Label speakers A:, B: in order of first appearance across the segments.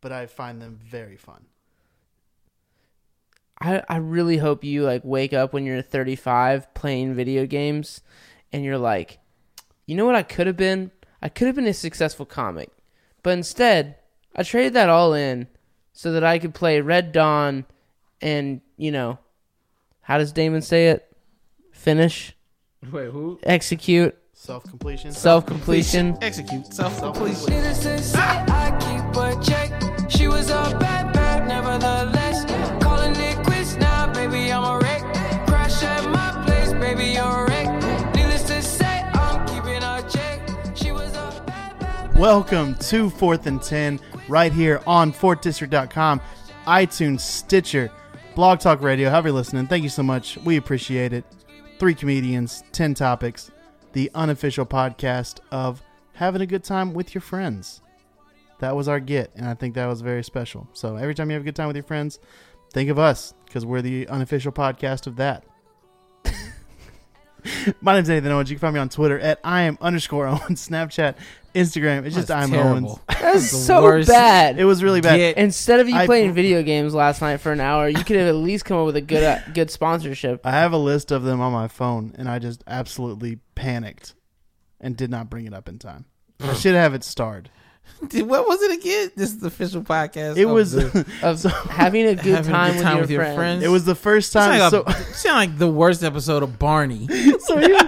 A: but I find them very fun.
B: I, I really hope you like wake up when you're 35 playing video games and you're like, you know what I could have been? I could have been a successful comic. But instead, I traded that all in so that I could play Red Dawn and, you know, how does Damon say it? Finish,
C: Wait, who?
B: execute,
A: Self completion.
B: self completion.
C: Execute self completion.
D: Needless to say, I keep a check. She was a bad bad, nevertheless. Calling it quits now, baby, I'm a wreck. Crash at my place, baby, you're a wreck. Needless to say, I'm keeping a check. She was a bad bad.
A: Welcome to Fourth and Ten, right here on FourthDistrict.com, iTunes, Stitcher, Blog Talk Radio. However, you're listening, thank you so much. We appreciate it. Three comedians, ten topics, the unofficial podcast of having a good time with your friends. That was our get, and I think that was very special. So every time you have a good time with your friends, think of us because we're the unofficial podcast of that. My name's Nathan Owens. You can find me on Twitter at I am underscore Owens, Snapchat, Instagram. It's just I'm Owens.
B: That's
C: the
B: so
C: worst.
B: bad.
A: It was really bad.
C: Get-
B: Instead of you
A: I-
B: playing video games last night for an hour, you could have at least come up with a good uh, good sponsorship.
A: I have a list of them on my phone, and I just absolutely panicked and did not bring it up in time. I should have it starred.
C: Dude, what was it again? This is the official podcast. Oh,
A: It
C: of
A: was
C: the-
A: it
B: of
A: So-
B: having a good
C: Having a
B: time,
C: good
B: with,
C: time
B: your
C: with your
B: friends.
C: friends.
A: was the first
C: sound
A: time.
C: like,
A: So,
C: a- sound like the worst episode of Barney.
A: so here-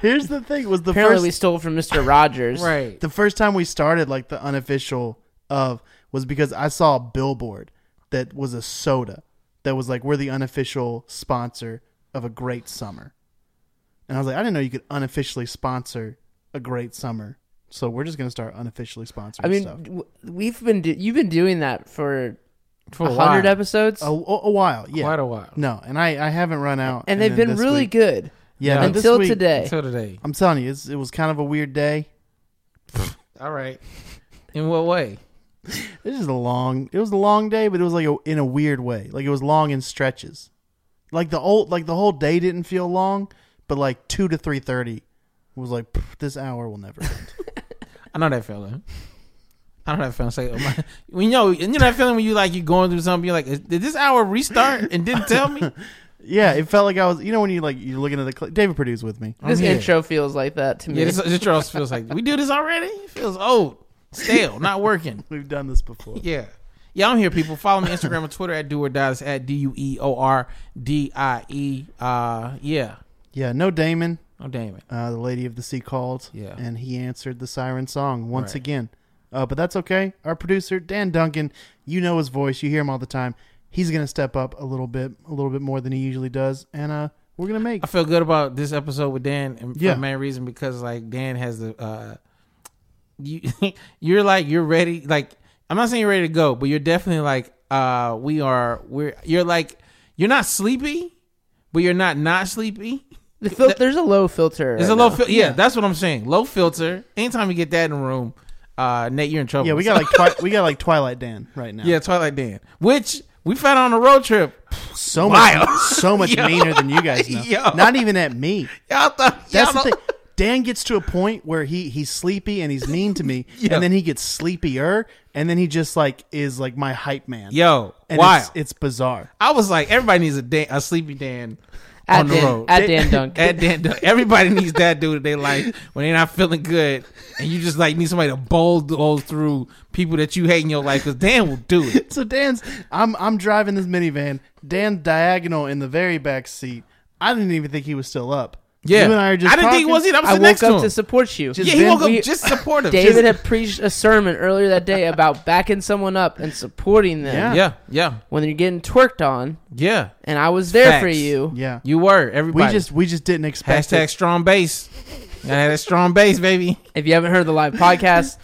A: here's the thing: was the
B: Apparently, we
A: first
B: stole from Mister Rogers.
C: right.
A: the first time we started like the unofficial of was because I saw a billboard that was a soda that was like we're the unofficial sponsor of a great summer, and I was like, I didn't know you could unofficially sponsor a great summer, so we're just gonna start unofficially sponsoring.
B: I mean,
A: stuff.
B: w- we've been do- you've been doing that for
C: For Oh, a
B: hundred
C: while.
B: episodes,
A: a, a a while, yeah,
C: Quite a while.
A: No, and I, I haven't run out.
B: and they've
A: then
B: been
A: this
B: really
A: week-
B: good
A: Yeah,
C: Yeah.
A: and this
B: until
A: week-
B: today.
C: Uh, Until today.
A: I'm telling you, it's, it was kind of a weird day.
C: All right. In what way?
A: This is a long. It was a long day, but it was like a, in a weird way. Like it was long in stretches. Like the old, like the whole day didn't feel long, but like two to three thirty was like "Pff, this hour will never. end."
C: I know that feeling. I know that feeling. It's like, oh my, when you know, you know that feeling when you like you're going through something. You're like, "Is- did this hour restart and didn't tell me?
A: yeah, it felt like I was. You know when you like you're looking at the cl- David Purdue's with me.
B: This
C: I'm here.
B: intro feels like that to me.
C: Yeah, this, this intro feels like we do this already. It feels old, stale, not working.
A: We've done this before.
C: Yeah. Yeah, I'm here, people. Follow me Instagram and Twitter at do or die. It's at D U E O R D I E. Uh, yeah.
A: Yeah, no Damon.
C: Oh, damn it.
A: uh, the lady of the sea called
C: Yeah.
A: and he answered the siren song once
C: Right.
A: again uh, but that's okay our producer dan duncan you know his voice you hear him all the time he's gonna step up a little bit a little bit more than he usually does and uh, we're gonna make
C: I feel good about this episode with Dan, and
A: Yeah.
C: for the main reason because like Dan has the uh, you you're like you're ready. Like I'm not saying you're ready to go, but you're definitely like uh, we are. We're you're like you're not sleepy, but you're not not sleepy.
B: the fil- there's a low filter.
C: It's
B: right
C: a low
B: now.
C: fil- yeah, that's what I'm saying. Low filter. Anytime you get that in a room, uh, Nate, you're in trouble.
A: yeah we got like twi- we got like twilight dan right now
C: yeah, Twilight Dan, which we found on a road trip.
A: so much
C: wild.
A: so much
C: Yo.
A: meaner than you guys know
C: Yo.
A: not even at me
C: Y'all thought
A: that's
C: y'all
A: the
C: know-
A: thing Dan gets to a point where he he's sleepy and he's mean to me, and then he gets sleepier, and then he just like is like my hype man.
C: Yo,
A: and
C: wild.
A: It's, it's bizarre.
C: I was like, everybody needs a Dan, a sleepy Dan
B: At
C: on the
B: Dan-
C: road.
B: at Dan Dunk.
C: at Dan Dunk. Everybody needs that dude in their life when they're not feeling good, and you just like need somebody to bulldoze through people that you hate in your life because Dan will do it.
A: So Dan's, I'm I'm driving this minivan. Dan diagonal in the very back seat. I didn't even think he was still up.
C: Yeah,
A: you and I are just.
C: I didn't think he was
A: talking.
C: either. I was
B: I
C: sitting next
B: woke
C: to
B: up
C: him.
B: to support you.
A: Just-
C: yeah, he
A: Ben,
C: woke up
A: we-
C: just supportive.
B: David had preached a sermon earlier that day about backing someone up and supporting them
A: Yeah.
C: yeah, yeah,
B: when you're getting twerked on,
C: yeah.
B: and I was there for
C: Facts.
B: you.
A: Yeah,
C: You were
A: we
C: everybody.
A: just we just didn't expect.
C: hashtag
A: it.
C: strong base. I had a strong base, baby.
B: If you haven't heard the live podcast,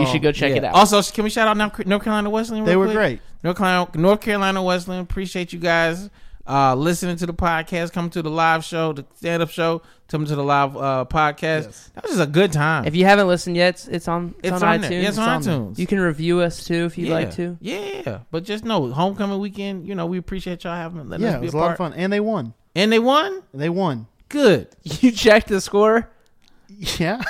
B: you should go check
C: Oh, Yeah.
B: it out.
C: Also, can we shout out North North Carolina Wesleyan?
A: They
C: real
A: were
C: quick?
A: great.
C: North Carolina, North Carolina Wesleyan. Appreciate you guys uh, listening to the podcast. Come to the live show, the stand up show. Come to the live uh, podcast.
A: Yes.
C: That was just a good time.
B: If you haven't listened yet, it's, it's on it's, on, iTunes.
C: there. Yeah, it's on
A: It's on
C: iTunes.
B: You can review us too if you'd
C: yeah.
B: like to.
C: Yeah, but just know homecoming weekend. You know we appreciate y'all having letting
A: Yeah,
C: us
A: it
C: be
A: was
C: a
A: a lot
C: part.
A: of fun, and they won.
C: And they won.
A: They won.
C: Good.
B: You checked the score.
A: Yeah,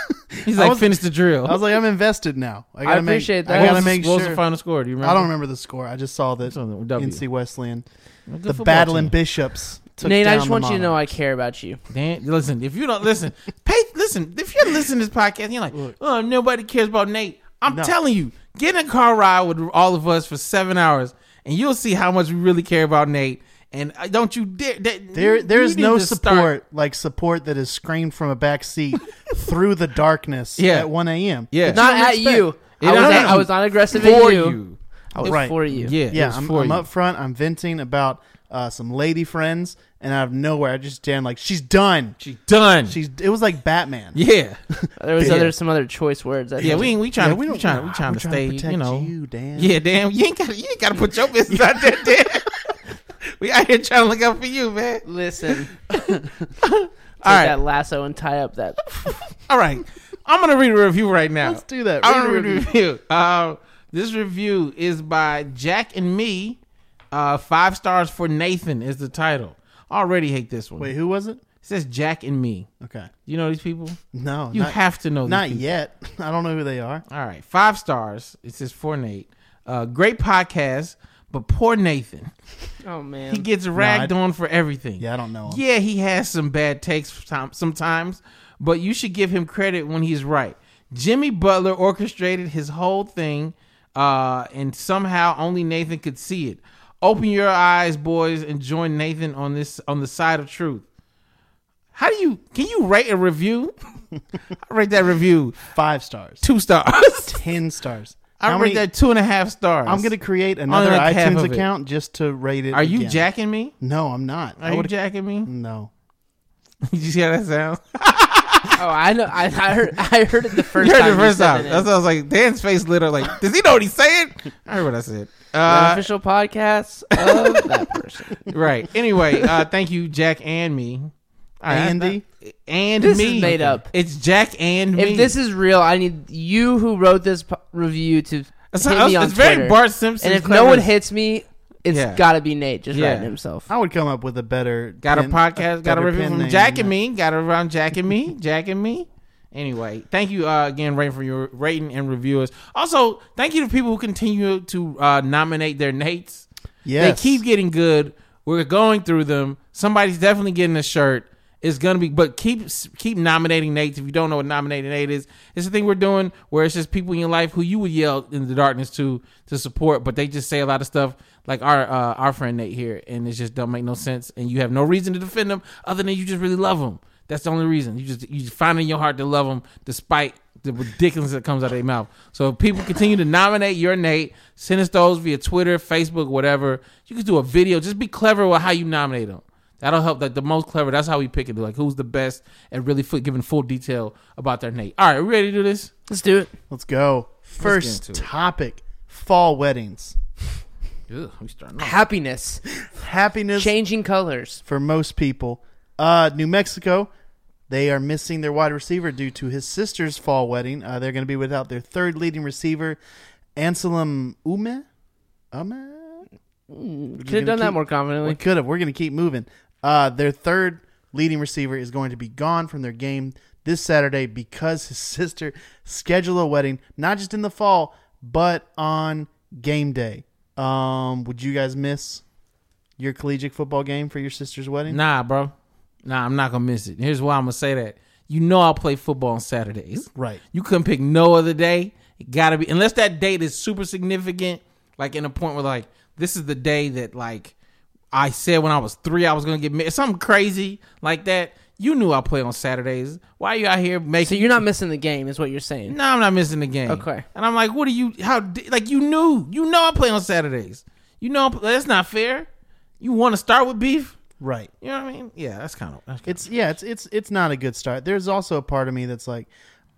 C: He's
A: I
C: like,
A: was-
C: finish the drill.
A: I was like, I'm invested now. I, gotta make-
B: appreciate that.
A: I
C: What
A: gotta
C: was the-
A: make
C: what was
A: sure.
C: the final score? Do you remember?
A: I don't remember the score. I just saw that
C: It's on the W.
A: NC Wesleyan,
C: Good
A: the
C: football
A: battling
C: team.
A: bishops. Took
B: Nate, I
A: down
B: just
A: the
B: want you to
A: Monarchs.
B: know I care about you.
C: Dan, listen, if you don't listen, pay, listen, if you're listening to this podcast, you're like, oh, nobody cares about Nate. I'm
A: No.
C: telling you, get in a car ride with all of us for seven hours, and you'll see how much we really care about Nate. And uh, don't you dare. that-
A: There,
C: you
A: there is
C: need
A: no
C: to
A: support
C: start-
A: like support that is screamed from a back seat through the darkness
C: Yeah.
A: at 1 a.m.
C: Yeah.
A: That
B: Not
A: don't
B: at
A: expect.
B: you.
C: It
B: I was,
C: don't
B: at, I
C: you.
B: was not aggressive
C: for
B: at
C: you.
B: you. I was
A: Right.
B: for you.
C: Yeah,
A: Yeah,
C: it's
A: I'm,
C: for
A: I'm
C: you.
A: up front. I'm venting about uh, some lady friends, and out of nowhere, I just stand like, "She's done.
C: She done.
A: She's." It was like Batman.
C: yeah.
B: There was
A: Yeah.
B: other some other choice words. I
C: Yeah,
B: think.
C: we ain't, we trying
A: Yeah,
C: to, we trying to, we
A: we're
C: trying to
A: trying
C: stay,
A: protect
C: you know.
A: you, Dan.
C: Yeah, damn. You ain't gotta you ain't gotta put your business out there, Dan. we out here trying to look out for you, man.
B: Listen, take
C: All right.
B: that lasso and tie up that.
C: All right. I'm gonna read a review right now.
A: Let's do that.
C: I'm gonna
A: Read
C: read
A: a
C: a
A: review.
C: review. Uh, this review is by Jack and me. Uh, five stars for Nathan is the title. Already hate this one.
A: Wait,
C: It
A: who was it?
C: says Jack and me.
A: Okay,
C: You know these people?
A: no,
C: You
A: not,
C: have to know these
A: not
C: people.
A: yet. I don't know who they are.
C: All right, five stars. It says for Nate. Uh, great podcast, but poor Nathan.
B: Oh man,
C: He gets ragged
A: I-
C: on for everything.
A: Yeah, I don't know. 'em.
C: Yeah, he has some bad takes som- sometimes, but you should give him credit when he's right. Jimmy Butler orchestrated his whole thing, uh, and somehow only Nathan could see it. Open your eyes, boys, and join Nathan on this on the side of truth. How do you can you rate a review? I rate that review
A: Five stars,
C: two stars.
A: ten stars.
C: I
A: How
C: rate
A: many-
C: that two and a half stars.
A: I'm gonna create another
C: like half
A: iTunes
C: of it.
A: account just to rate it.
C: Are you
A: again.
C: jacking me?
A: No, I'm not.
C: Are
A: I
C: you
A: would.
C: jacking me?
A: no.
C: Did you see how that sounds?
B: Oh, I know. I, I heard. I heard it the first
C: You heard
B: time.
C: it
B: you
C: first
B: said
C: time.
B: the name.
C: That's what I was like. Dan's face lit up. Like, does he know what he's saying? I heard what I said.
B: The
C: Uh,
B: official podcast of that person.
C: right. Anyway, uh, thank you, Jack and me. All right,
A: Andy?
C: I- and
B: This is
C: me
B: made up.
C: It's Jack and me.
B: If this is real, I need you who wrote this po- review to
C: it's,
B: hit
C: not-
B: me on
C: it's very
B: Twitter.
C: Bart Simpson.
B: and if no one
C: clever.
B: hits me, it's
C: Yeah.
B: got to be Nate just
C: Yeah.
B: writing himself.
A: I would come up with a better.
C: got a
A: pen-
C: podcast, got a
A: better
C: review
A: pen
C: from
A: name
C: Jack
A: than
C: and
A: that.
C: me, got around Jack and me, Jack and me. Anyway, thank you uh, again, Ray, for your rating and reviewers. Also, thank you to people who continue to uh, nominate their Nates.
A: Yes.
C: They keep getting good. We're going through them. Somebody's definitely getting a shirt. It's gonna be, but keep keep nominating Nates. If you don't know what nominating Nate is, it's the thing we're doing where it's just people in your life who you would yell in the darkness to to support, but they just say a lot of stuff like our uh, our friend Nate here, and it just don't make no sense, and you have no reason to defend them other than you just really love them. That's the only reason you just you just find in your heart to love them despite the ridiculousness that comes out of their mouth. So if people continue to nominate your Nate, send us those via Twitter, Facebook, whatever. You can do a video. Just be clever with how you nominate them. That'll help. Like the most clever. That's how we pick it. Like who's the best at really fu- giving full detail about their Nate. All right, we ready to do this?
B: Let's do it.
A: Let's go.
C: into
A: First
C: it.
A: topic: fall weddings.
C: Ugh, we starting. off.
B: Happiness,
A: Happiness
B: changing colors.
A: for most people. Uh, New Mexico, they are missing their wide receiver due to his sister's fall wedding. Uh, they're going to be without their third leading receiver, Anselm Ume. Ume?
B: Could have done that
A: keep-
B: more
A: We
B: confidently.
A: could have. We're going to keep moving. Uh, their third leading receiver is going to be gone from their game this Saturday because his sister scheduled a wedding, not just in the fall, but on game day. Um, would you guys miss your collegiate football game for your sister's wedding?
C: Nah, bro. Nah, I'm not gonna miss it. Here's why I'm gonna say that. You know I'll play football on Saturdays.
A: Right.
C: You couldn't pick no other day. It gotta be unless that date is super significant, like in a point where like this is the day that like I said when I was three I was gonna get married. Something crazy like that. You knew I play on Saturdays. Why are you out here
B: So
C: making?
B: you're not missing the game, is what you're saying.
C: no, I'm not missing the game.
B: Okay.
C: And I'm like, what are you? How? di- Like you knew. You know I play on Saturdays. You know I pl- that's not fair. You want to start with beef?
A: Right.
C: You know what I mean? Yeah, that's kind of. That's kinda-
A: It's yeah, it's it's it's not a good start. There's also a part of me that's like,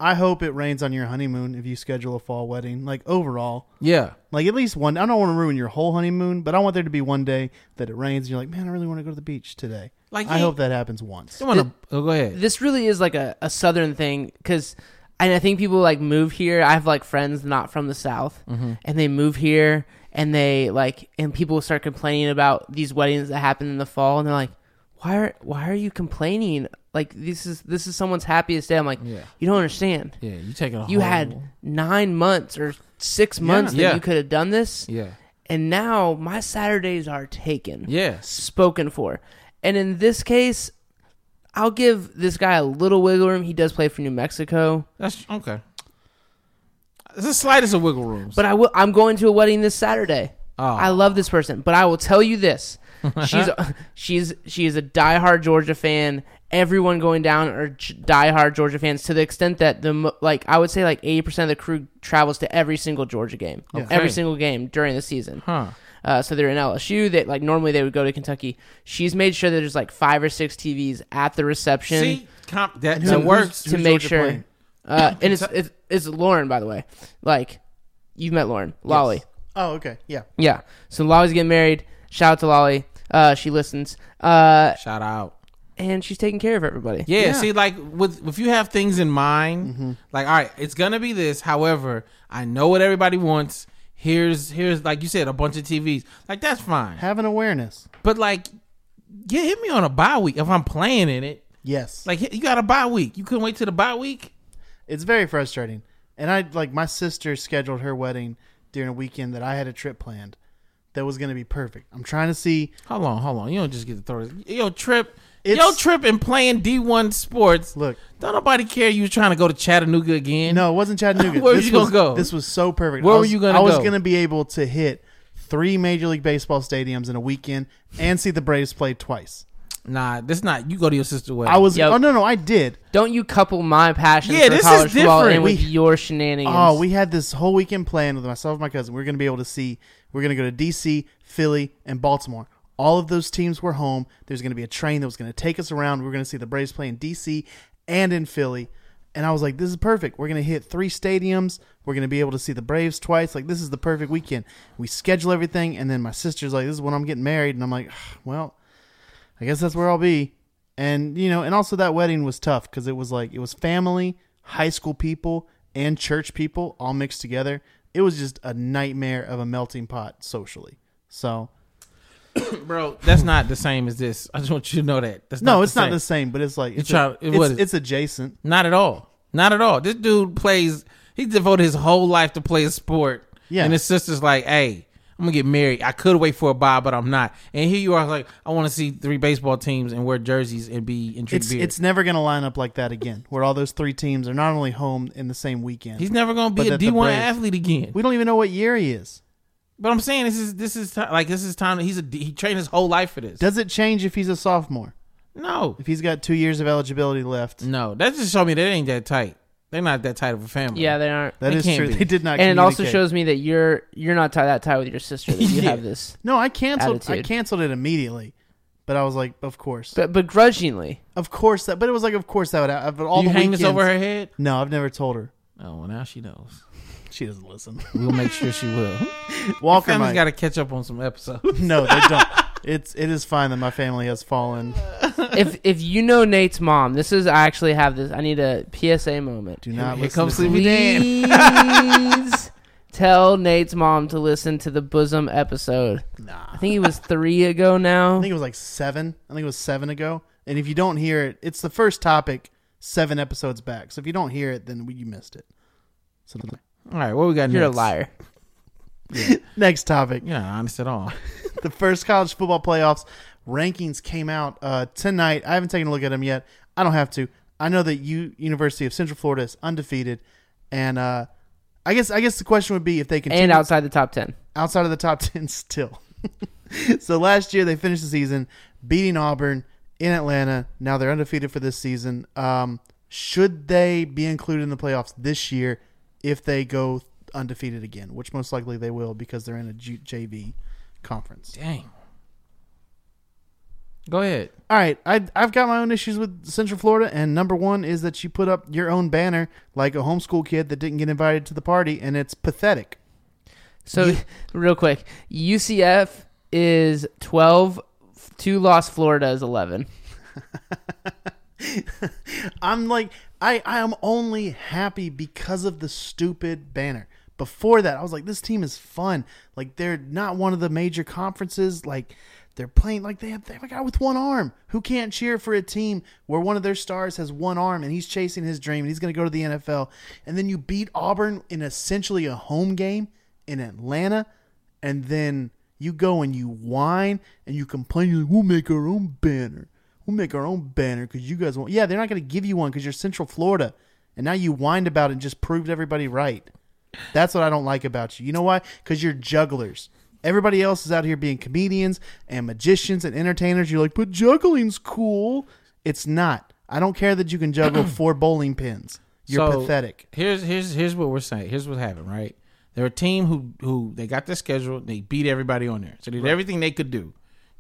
A: I hope it rains on your honeymoon if you schedule a fall wedding. Like overall,
C: Yeah.
A: like at least one. I don't want to ruin your whole honeymoon, but I want there to be one day that it rains. and You're like, man, I really want to go to the beach today. Like
C: Like, yeah.
A: I hope that happens once.
C: You wanna, oh, go ahead.
B: This really is like a, a southern thing because, and I think people like move here. I have like friends not from the south,
C: Mm-hmm.
B: and they move here, and they like, and people start complaining about these weddings that happen in the fall, and they're like, why are why are you complaining Like this is this is someone's happiest day. I'm like,
C: Yeah.
B: you don't understand.
C: Yeah, you take it.
B: You had nine months or six months that
C: Yeah.
B: you could have done this,
C: Yeah.
B: and now my Saturdays are taken
C: Yes.
B: spoken for. And in this case, I'll give this guy a little wiggle room. He does play for New Mexico,
C: That's okay. It's the slightest of wiggle rooms.
B: but I will. I'm going to a wedding this Saturday.
C: Oh.
B: I love this person, but I will tell you this: she's she's she is a diehard Georgia fan. Everyone going down are j- diehard Georgia fans to the extent that the mo- like I would say like eighty percent of the crew travels to every single Georgia game,
C: Okay.
B: every single game during the season.
C: huh.
B: Uh, so they're in LSU. That like normally they would go to Kentucky. She's made sure that there's like five or six TVs at the reception
C: See, comp, that,
A: who-
C: that
A: who's-
C: works.
B: to make
A: Georgia
B: sure.
A: playing?
B: Uh, and it's, it's it's Lauren, by the way. Like you've met Lauren, Lolly.
A: Oh, okay. Yeah.
B: Yeah. So Lolly's getting married. Shout out to Lolly. Uh, she listens. Uh,
C: Shout out.
B: and she's taking care of everybody.
C: Yeah,
A: Yeah.
C: see, like with if you have things in mind,
B: Mm-hmm.
C: like all right, it's gonna be this. However, I know what everybody wants. Here's here's like you said, a bunch of TVs. Like that's fine.
A: Have an awareness.
C: But like, yeah, hit me on a bye week if I'm playing in it.
A: Yes.
C: Like hit- you got a bye week. You couldn't wait till the bye week.
A: it's very frustrating. And I like my sister scheduled her wedding during a weekend that I had a trip planned that was going to be perfect. I'm trying to see.
C: Hold on, hold on. You don't just get to throw this. Yo, trip.
A: It's-
C: Yo, trip and playing D1 sports.
A: Look.
C: don't nobody care. You was trying to go to Chattanooga again?
A: No, it wasn't Chattanooga.
C: Where were
A: this
C: you gonna
A: was,
C: go?
A: This was so perfect.
C: Where
A: I
C: were
A: was-
C: you gonna
A: I was
C: go?
A: going to be able to hit three Major League Baseball stadiums in a weekend and see the Braves play twice.
C: nah, that's not. You go to your sister's wedding.
A: I was.
B: Yep.
A: Oh no, no, I did.
B: Don't you couple my passion
C: Yeah,
B: for
C: this is
B: college football
C: different.
B: and with
A: We-
B: your shenanigans?
A: Oh, we had this whole weekend planned with myself and my cousin. We are going to be able to see. We're going to go to D.C., Philly, and Baltimore. All of those teams were home. There's going to be a train that was going to take us around. We are going to see the Braves play in D.C. and in Philly. And I was like, this is perfect. We're going to hit three stadiums. We're going to be able to see the Braves twice. Like, this is the perfect weekend. We schedule everything. And then my sister's like, this is when I'm getting married. And I'm like, well, I guess that's where I'll be. And you know, and also that wedding was tough because it was like it was family, high school people, and church people all mixed together. It was just a nightmare of a melting pot socially. So
C: bro. That's not the same as this. I just want you to know that. That's
A: no,
C: not
A: it's
C: the
A: not
C: same.
A: the same, but it's like it's,
C: try-
A: a-
C: it
A: it's,
C: was-
A: it's adjacent.
C: Not at all. Not at all. This dude plays. He devoted his whole life to play a sport.
A: Yeah.
C: And his sister's like, "Hey, I'm gonna get married. I could wait for a buy, but I'm not." And here you are, like, "I want to see three baseball teams and wear jerseys and be in
A: It's it's never gonna line up like that again, where all those three teams are not only home in the same weekend.
C: He's never gonna
A: But
C: be a
A: that the
C: D one
A: Braves-
C: athlete again.
A: we don't even know what year he is.
C: But I'm saying this is this is ti- like this is time. He's a D- he trained his whole life for this.
A: Does it change if he's a sophomore?
C: no,
A: If he's got two years of eligibility left,
C: no. That just showed me they ain't that tight. They're not that tight of a family.
B: yeah, they aren't.
A: that
C: It
A: is
C: can't
A: true.
C: be.
A: They did not.
B: and it also
A: communicate.
B: shows me that you're you're not tied that tight with your sister. That you
C: Yeah.
B: have this,
A: No, I canceled. I
B: Attitude.
A: canceled it immediately, but I was like, of course,
B: but begrudgingly.
A: of course that. But it was like, of course that would. Have, all
C: you
A: the
C: hang
A: weekends,
C: this over her head.
A: No, I've never told her.
C: Oh, well, now she knows.
A: She doesn't listen.
C: We'll make sure she will.
A: Walker
C: Family's
A: might.
C: got to catch up on some episodes.
A: no, they don't. It's it is fine that my family has fallen.
B: if if you know Nate's mom, this is I actually have this. I need a PSA moment.
A: Do not
C: Here
A: listen.
C: comes
A: to them.
C: Sleepy Dan.
B: Please tell Nate's mom to listen to the bosom episode.
A: Nah.
B: I think it was three ago now.
A: I think it was like seven. I think it was seven ago. And if you don't hear it, it's the first topic seven episodes back. So if you don't hear it, then you missed it. So
C: All right, what we got
B: You're
C: next?
B: a liar.
A: next topic.
C: You're not honest at all.
A: the first college football playoffs rankings came out uh, tonight. I haven't taken a look at them yet. I don't have to. I know that U University of Central Florida is undefeated, and uh, I guess I guess the question would be if they continue
B: And outside the top ten.
A: outside of the top ten still. so last year they finished the season beating Auburn in Atlanta. Now they're undefeated for this season. Um, should they be included in the playoffs this year if they go undefeated again? Which most likely they will because they're in a J- JV conference.
C: Dang. Go ahead.
A: All right, I, I've got my own issues with Central Florida, and number one is that you put up your own banner like a homeschool kid that didn't get invited to the party, and it's pathetic.
B: So real quick, UCF is twelve. Two lost Florida is eleven.
A: I'm like, I, I am only happy because of the stupid banner. Before that, I was like, this team is fun. Like, they're not one of the major conferences. Like, They're playing like they have, they have a guy with one arm who can't cheer for a team where one of their stars has one arm and he's chasing his dream and he's going to go to the NFL. And then you beat Auburn in essentially a home game in Atlanta. And then you go and you whine and you complain. You're like, we'll make our own banner. We'll make our own banner because you guys won't. Yeah, they're not going to give you one because you're Central Florida. And now you whined about it and just proved everybody right. That's what I don't like about you. You know why? Because you're jugglers. Everybody else is out here being comedians and magicians and entertainers. You're like, but juggling's cool. It's not. I don't care that you can juggle four bowling pins. You're
C: So,
A: pathetic.
C: Here's here's here's what we're saying. Here's what happened, right? They're a team who who they got their schedule, they beat everybody on there. So they did everything they could do.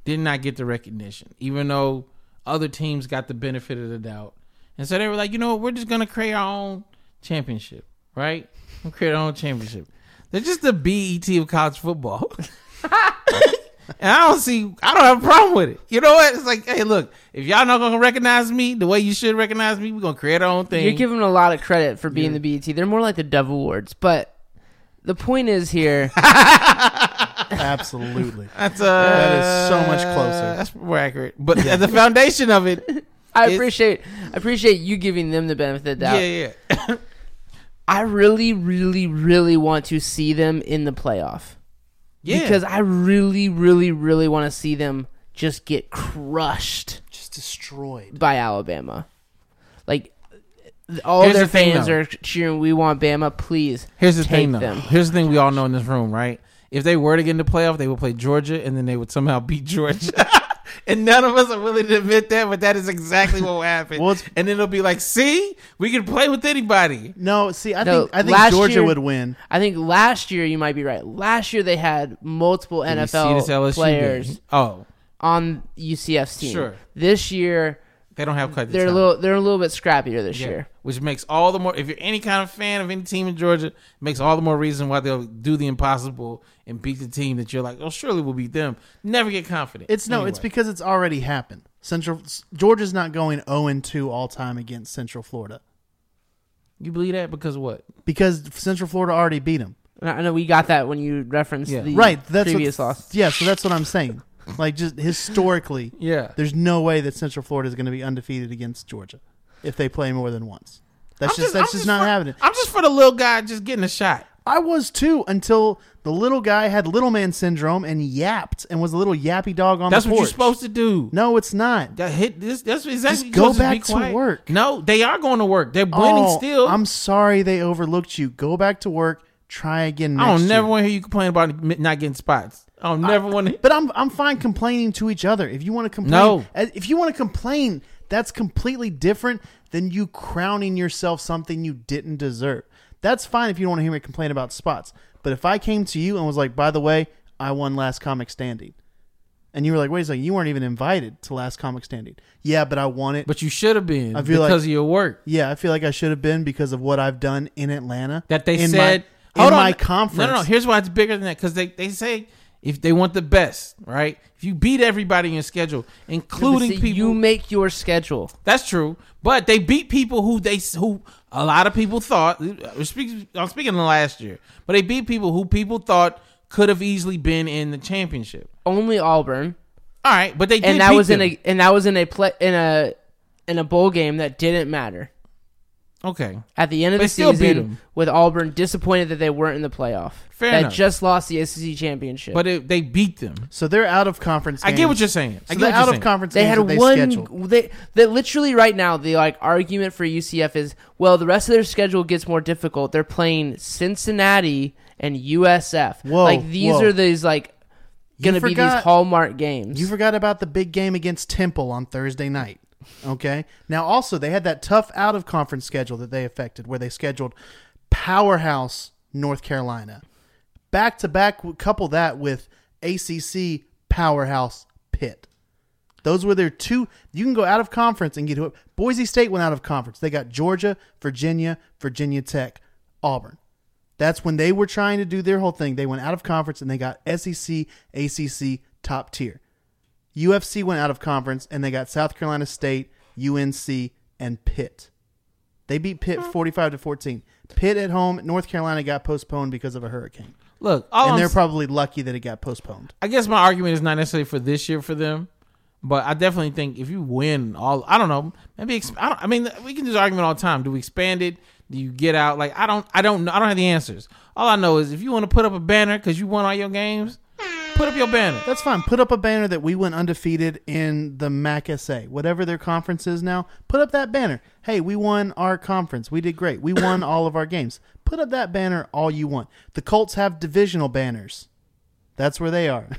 C: Did not get the recognition, even though other teams got the benefit of the doubt. And so they were like, you know what, we're just gonna create our own championship, right? We'll create our own championship. They're just the BET of college football. And I don't see, I don't have a problem with it. You know what? It's like, hey, look, if y'all not gonna recognize me the way you should recognize me, we're gonna create our own thing.
B: You're giving them a lot of credit for being the BET. They're more like the Dove Awards, but the point is here.
A: Absolutely.
C: That's uh,
A: That is so much closer.
C: That's more accurate. But at the foundation of it,
B: I
C: It's-
B: appreciate I appreciate you giving them the benefit of the doubt.
C: yeah, yeah.
B: I really, really, really want to see them in the playoff.
C: yeah.
B: Because I really, really, really want to see them just get crushed
A: Just destroyed.
B: by Alabama. Like th- all
C: Here's
B: their
C: the thing,
B: fans
C: though.
B: are cheering, "We want Bama, please."
C: here's the
B: take
C: thing, though.
B: them.
C: Here's the thing we all know in this room, right? If they were to get in the playoff, they would play Georgia, and then they would somehow beat Georgia. and none of us are willing to admit that, but that is exactly what will happen.
A: Well, it's-
C: and then it'll be like, see, we can play with anybody.
A: No, see, I
B: No,
A: think I think
B: last
A: Georgia
B: year-
A: would win.
B: I think last year you might be right. Last year they had multiple
C: You see this
B: NFL
C: LSU game.
B: players
C: Oh,
B: on UCF's team.
C: Sure.
B: This year
C: they don't have quite the
B: they're a
C: talent.
B: little they're a little bit scrappier this
C: Yeah.
B: year.
C: Which makes all the more if you're any kind of fan of any team in Georgia, it makes all the more reason why they'll do the impossible and beat the team that you're like, oh, surely we'll beat them. Never get confident.
A: It's no, it's
C: Anyway.
A: because it's already happened. Central Georgia's not going 0 and 2 all time against Central Florida
C: you believe that because what?
A: because Central Florida already beat them.
C: Mm,
B: And I know we got that when you referenced
C: Yeah.
B: the
A: Right, that's
B: previous
A: what,
B: loss.
A: Yeah, so that's what I'm saying. Like just historically,
C: Yeah.
A: there's no way that Central Florida is going to be undefeated against Georgia if they play more than once. That's just, that's
C: I'm
A: just, not
C: for,
A: happening.
C: I'm just for the little guy just getting a shot.
A: I was too until the little guy had little man syndrome and yapped and was a little yappy dog on
C: That's
A: the
C: what
A: porch.
C: you're supposed to do.
A: No, it's not.
C: That hit this. That's exactly.
A: go
C: you're supposed be
A: back to
C: quiet.
A: work.
C: No, they are going to work. They're winning
A: Oh,
C: still.
A: I'm sorry they overlooked you. Go back to work. Try again. Next
C: I don't never
A: year.
C: want to hear you complain about not getting spots. I don't never want to.
A: But I'm I'm fine complaining to each other. If you want to complain,
C: No.
A: as- if you want to complain, that's completely different than you crowning yourself something you didn't deserve. That's fine if you don't want to hear me complain about spots. But if I came to you and was like, by the way, I won last comic standing. And you were like, wait a second, you weren't even invited to last comic standing. Yeah, but I won it.
C: But you should have been
A: I
C: because
A: feel like-
C: of your work.
A: yeah, I feel like I should have been because of what I've done in Atlanta.
C: that they
A: in
C: said
A: my,
C: hold
A: in
C: on.
A: my conference.
C: No, no, no. Here's why it's bigger than that because they, they say if they want the best, right? If you beat everybody in your schedule, including
B: See,
C: people,
B: You make your schedule.
C: that's true. But they beat people who they who a lot of people thought. we're speaking- I'm speaking of last year, but they beat people who people thought could have easily been in the championship.
B: Only Auburn,
C: All right, but they did
B: and that
C: beat
B: was in
C: them.
B: a and that was in a play in a in a bowl game that didn't matter.
C: okay.
B: At the end of
C: They
B: the
C: still beat
B: season,
C: 'em.
B: with Auburn disappointed that they weren't in the playoff,
C: Fair
B: that
C: enough.
B: just lost the SEC championship.
C: But it, they beat them.
A: So they're out of conference.
C: I
A: Games.
C: get what you're saying. I
A: So
C: get
A: they're
C: what you're
A: out of
C: saying.
A: conference.
B: they
A: games
B: had
A: that they
B: one
A: scheduled.
B: they that literally right now the like argument for UCF is well the rest of their schedule gets more difficult. They're playing Cincinnati and USF.
A: Whoa,
B: like these
A: whoa.
B: are these like going to be these
A: forgot-
B: hallmark games.
A: You forgot about the big game against Temple on Thursday night. Okay. Now, also, they had that tough out of conference schedule that they affected, where they scheduled powerhouse North Carolina. Back to back, couple that with ACC powerhouse Pitt. Those were their two. You can go out of conference and get who. Boise State went out of conference. They got Georgia, Virginia, Virginia Tech, Auburn. That's when they were trying to do their whole thing. They went out of conference and they got E SEC, ACC, top tier. UFC went out of conference and they got South Carolina State, UNC, and Pitt. They beat Pitt 45 to 14. Pitt at home, North Carolina got postponed because of a hurricane.
C: Look, all
A: and
C: Oh, I'm
A: they're
C: s-
A: probably lucky that it got postponed.
C: I guess my argument is not necessarily for this year for them, but I definitely think if you win all, I don't know, maybe exp- I, don't, I mean we can do this argument all the time. Do we expand it? Do you get out? Like I don't, I don't know. I don't have the answers. All I know is if you want to put up a banner because you won all your games, put up your banner.
A: That's fine. Put up a banner that we went undefeated in the MAC SA, whatever their conference is now. Put up that banner. Hey, we won our conference. We did great. We won all of our games. Put up that banner all you want. The Colts have divisional banners. That's where they are.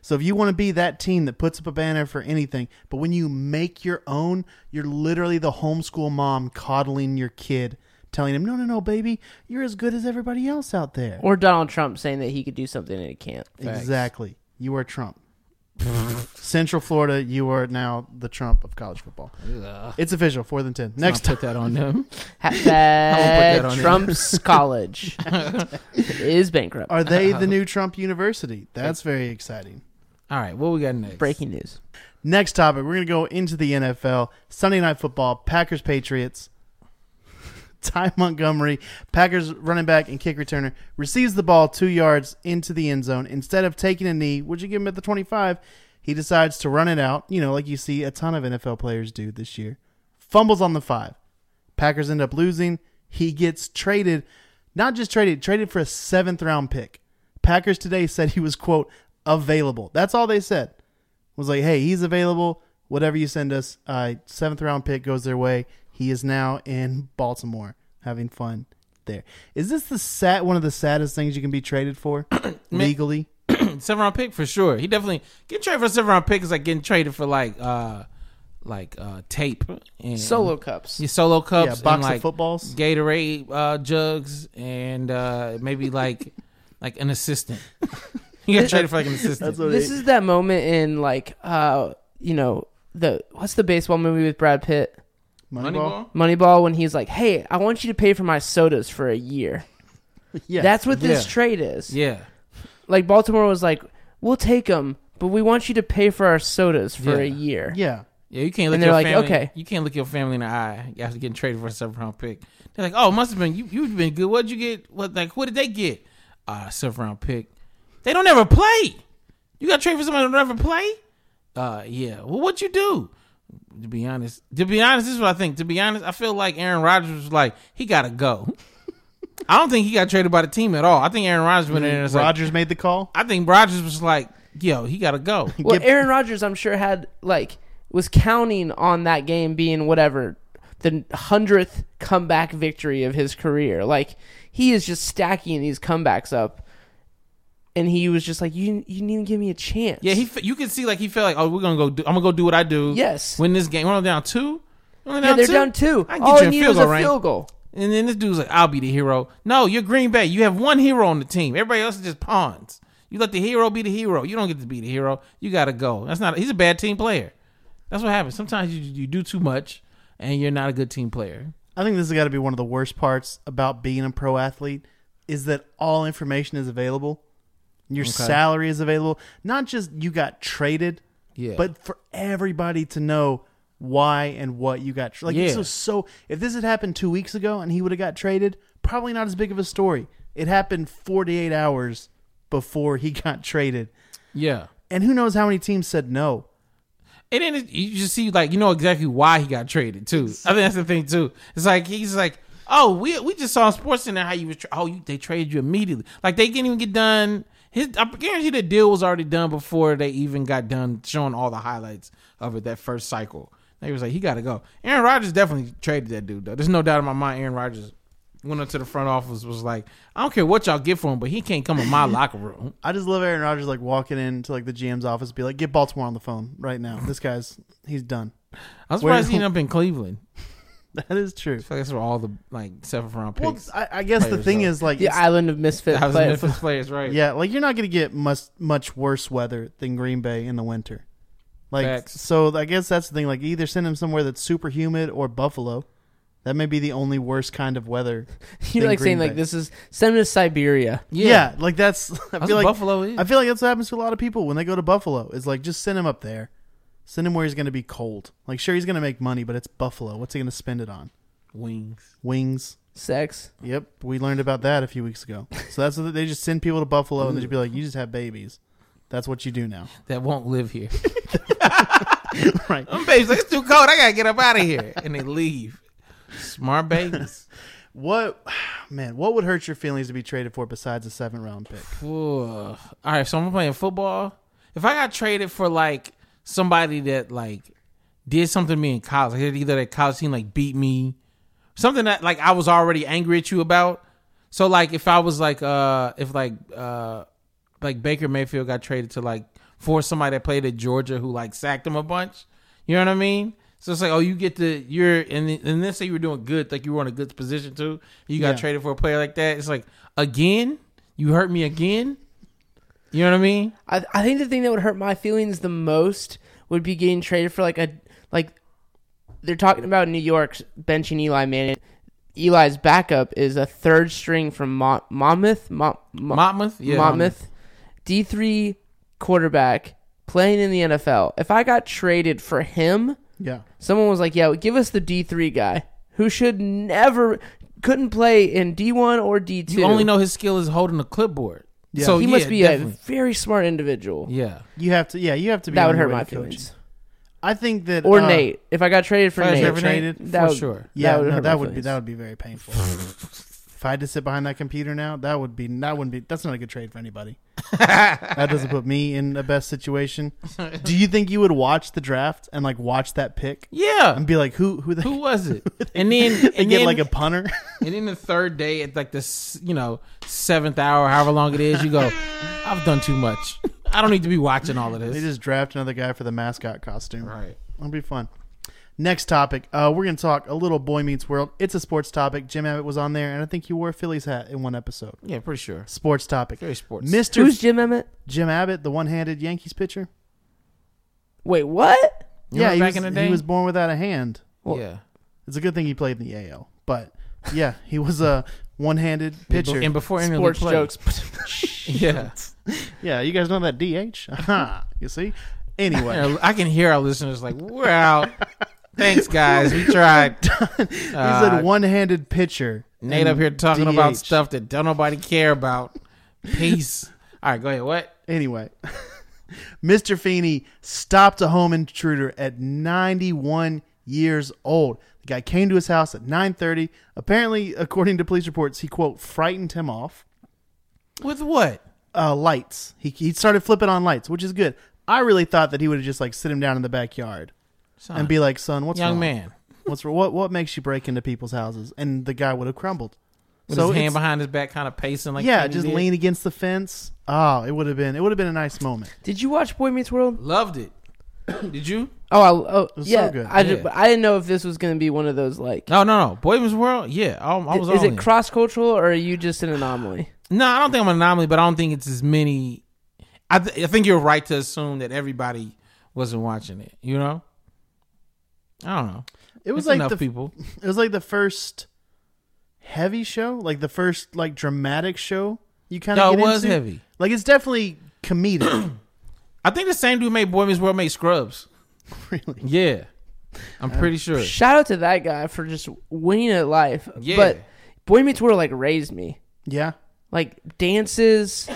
A: So if you want to be that team that puts up a banner for anything, but when you make your own, you're literally the homeschool mom coddling your kid, telling him, "No, no, no, baby, you're as good as everybody else out there."
B: Or Donald Trump saying that he could do something and he can't.
A: Exactly. You are Trump. Central Florida, you are now the Trump of college football. It's official, four than ten. Next time,
C: I'll put that on them. that on
B: Hashtag
C: there.
B: Trump's college is bankrupt.
A: are they the new Trump University? That's very exciting.
C: All right, what we got next?
B: Breaking news.
A: Next topic, we're gonna go into the NFL. Sunday night football, Packers Patriots. Ty Montgomery, Packers running back and kick returner, receives the ball two yards into the end zone. Instead of taking a knee, which you give him at the 25, he decides to run it out, you know, like you see a ton of NFL players do this year. Fumbles on the five. Packers end up losing. He gets traded, not just traded, traded for a seventh round pick. Packers today said he was, quote, available. That's all they said. Was like, hey, he's available. Whatever you send us, uh, seventh round pick goes their way. He is now in Baltimore having fun there. Is this the sad one of the saddest things you can be traded for legally?
C: seven round pick for sure. He definitely get traded for a seven round pick is like getting traded for like uh like uh tape and
B: Solo cups.
C: your solo cups,
A: Yeah,
C: and,
A: box
C: like,
A: of footballs.
C: Gatorade uh, jugs, and uh, maybe like like an assistant. you got traded for like an assistant.
A: what
B: This
A: it-
B: is that moment in like uh you know the what's the baseball movie with Brad Pitt?
A: Moneyball?
B: Moneyball when he's like, "Hey, I want you to pay for my sodas for a year."
A: Yeah.
B: That's what this
C: Yeah.
B: trade is.
C: Yeah,
B: Like Baltimore was like, "We'll take them, but we want you to pay for our sodas for a
C: Yeah.
B: year."
A: yeah.
C: yeah. You can't look
B: And they're
C: your
B: like,
C: family.
B: okay.
C: you can't look your family in the eye after getting traded for a seven round pick. They're like, oh, must have been you. You've been good. What'd you get? What like what did they get? Uh seven round pick. They don't ever play. You got traded for somebody who don't ever play. Uh, yeah. Well, what you do? To be honest, to be honest, this is what I think. To be honest, I feel like Aaron Rodgers was like, he gotta go. I don't think he got traded by the team at all. I think Aaron Rodgers went in there and was like,
A: Rodgers made the call.
C: I think Rodgers was like, yo, he gotta go.
B: Well,
A: Give-
B: Aaron Rodgers, I'm sure had like was counting on that game being whatever the hundredth comeback victory of his career. Like he is just stacking these comebacks up, and he was just like, "You, you didn't even give me a chance."
C: Yeah, he. fe- You can see like he felt like, oh, we're gonna go. Do, I'm gonna go do what I do.
B: Yes.
C: Win this game. We're only down two. We're only
B: Yeah, they're down two.
C: I can get
B: All
C: you
B: I
C: a
B: needed
C: field
B: was a
C: goal, right?
B: field goal.
C: And then this dude's like, I'll be the hero. No, you're Green Bay. You have one hero on the team. Everybody else is just pawns. You let the hero be the hero. You don't get to be the hero. You gotta go. That's not. He's a bad team player. That's what happens. Sometimes you you do too much, and you're not a good team player.
A: I think this has got to be one of the worst parts about being a pro athlete is that all information is available. Your salary is available. Not just you got traded,
C: Yeah.
A: but for everybody to know why and what you got. Like this
C: Yeah.
A: was so. If this had happened two weeks ago and he would have got traded, probably not as big of a story. It happened 48 hours before he got traded,
C: Yeah.
A: and who knows how many teams said no.
C: And then it, you just see like you know exactly why he got traded too. I think that's the thing too. It's like he's like, oh, we we just saw on SportsCenter how you was tra- oh you, they traded you immediately. Like they didn't even get done. His I guarantee the deal was already done before they even got done showing all the highlights of it that first cycle. They was like he got to go. Aaron Rodgers definitely traded that dude though. There's no doubt in my mind. Aaron Rodgers went up to the front office was like, I don't care what y'all get for him, but he can't come in my locker room.
A: I just love Aaron Rodgers like walking into like the GM's office, be like, "Get Baltimore on the phone right now. This guy's he's done."
C: I'm
A: Where-
C: surprised he ended up in Cleveland.
A: That is true.
C: I feel like that's where all the like seventh round
A: Well,
C: picks.
A: I, I guess the
C: players,
A: thing
C: though.
A: is like,
B: The
A: it's-
B: island of misfit
C: I was
B: play-
C: Memphis players, right?
A: yeah, like you're not gonna get much much worse weather than Green Bay in the winter. Like,
C: Facts.
A: so I guess that's the thing. Like, either send him somewhere that's super humid or Buffalo. That may be the only worst kind of weather.
B: You're
A: than
B: like
A: Green
B: saying
A: Bay.
B: like this is send him to Siberia.
A: Yeah. like that's. I
C: That's
A: feel like
C: what Buffalo is.
A: I feel like that's what happens to a lot of people when they go to Buffalo. Is like just send him up there, send him where he's gonna be cold. Like, sure, he's gonna make money, but it's Buffalo. What's he gonna spend it on?
C: Wings.
A: Wings,
B: sex.
A: Yep, we learned about that a few weeks ago. So that's what they just send people to Buffalo and they just be like, you just have babies. That's what you do now.
C: that won't live here.
A: right.
C: Them babies, like, it's too cold. I gotta get up out of here, and they leave. Smart babies.
A: What, man? What would hurt your feelings to be traded for besides a seventh round pick?
C: Ooh. All right, so I'm playing football. If I got traded for like somebody that like did something to me in college, like either that college team like beat me, something that like I was already angry at you about. So like if I was like uh if like uh like Baker Mayfield got traded to like for somebody that played at Georgia who like sacked him a bunch, you know what I mean? So it's like oh you get to you're and and let's say you were doing good like you were in a good position too, you got
A: Yeah.
C: traded for a player like that. It's like again you hurt me again. You know what I mean?
B: I I think the thing that would hurt my feelings the most would be getting traded for like a like they're talking about New York's benching Eli Manning. Eli's backup is a third string from Mo- Monmouth, Mo- Mo-
C: Monmouth, yeah,
B: Monmouth, D three quarterback playing in the NFL. If I got traded for him,
A: Yeah,
B: someone was like, "Yeah, give us the D three guy who should never couldn't play in D one or D two.
C: You only know his skill is holding a clipboard.
A: Yeah.
C: So
B: he must
C: yeah,
B: be
C: definitely.
B: a very smart individual.
C: yeah.
A: you have to. Yeah, you have to be.
B: That
A: on
B: would
A: your
B: hurt
A: way to
B: my
A: coaching.
B: feelings.
A: I think that
B: Or
A: uh,
B: Nate, if I got traded for
C: If I was
B: Nate,
C: ever
A: traded,
B: that
C: for
B: would-
C: sure.
A: Yeah,
B: that would
A: no,
B: hurt
A: that
B: my
A: would be
B: feelings.
A: that would be very painful. if I had to sit behind that computer now, that would be that wouldn't be. That's not a good trade for anybody. that doesn't put me in the best situation. Do you think you would watch the draft and like watch that pick
C: Yeah.
A: and be like, who who the
C: Who was it? And then
A: and
C: and
A: get
C: then
A: like a punter?
C: and then the third day at like the s- you know seventh hour, however long it is, you go, I've done too much. I don't need to be watching all of
A: they
C: this.
A: just draft another guy for the mascot costume.
C: right.
A: It'll be fun. Next topic, uh, we're gonna talk a little Boy Meets World. It's a sports topic. Jim Abbott was on there, and I think he wore a Phillies hat in one episode.
C: Yeah, pretty sure.
A: Sports topic.
C: Very sports.
A: Mister
B: Who's Jim Emmett?
A: Jim Abbott, the one-handed Yankees pitcher.
B: Wait, what?
C: You remember
A: he
C: back
A: was,
C: in the day,
A: he was born without a hand.
C: yeah.
A: It's a good thing he played in the AL. But yeah, he was a one-handed pitcher.
C: And before interleague
B: Sports
C: play.
B: jokes.
C: Yeah.
A: yeah, you guys know that DH. Aha, you see. Anyway,
C: Yeah, I can hear our listeners like, we're out. Thanks, guys. We tried.
A: he's
C: uh,
A: a one-handed pitcher.
C: Nate up
A: and
C: here talking about
A: DH.
C: stuff that don't nobody care about. Peace. All right, go ahead. What?
A: Anyway, Mr. Feeney stopped a home intruder at 91 years old. The guy came to his house at 9:30. Apparently, according to police reports, he quote frightened him off.
C: With what?
A: uh, lights. He, he started flipping on lights, which is good. I really thought that he would have just like sit him down in the backyard
C: Son,
A: and be like, "Son, what's
C: young
A: wrong?
C: man
A: What's what? What makes you break into people's houses?" And the guy would have crumbled.
C: with
A: so
C: his hand
A: it's-
C: behind his back, kind of pacing like
A: yeah,
C: Kenny
A: just
C: did.
A: lean against the fence. Oh, it would have been it would have been a nice moment.
B: Did you watch Boy Meets World?
C: Loved it. Did you?
B: Oh, I, oh
A: was so
B: yeah.
A: good.
B: I did,
C: Yeah.
B: but I didn't know if this was going to be one of those like.
C: No, no, no. Boy Meets World. Yeah, I, I was.
B: is
C: all in.
B: it cross cultural or are you just an anomaly?
C: no, I don't think I'm an anomaly, but I don't think it's as many. I, th- I think you're right to assume that everybody wasn't watching it. You know. I don't know.
A: It was
C: It's
A: like
C: enough
A: the
C: people.
A: it was like the first heavy show, like the first like dramatic show you kind
C: No,
A: of
C: it
A: get
C: was
A: into.
C: heavy.
A: Like it's definitely comedic.
C: I think the same dude made Boy Meets World made Scrubs.
A: really,
C: Yeah, I'm pretty sure.
B: Shout out to that guy for just winning at life.
C: Yeah.
B: But Boy Meets World like raised me.
A: yeah,
B: Like dances,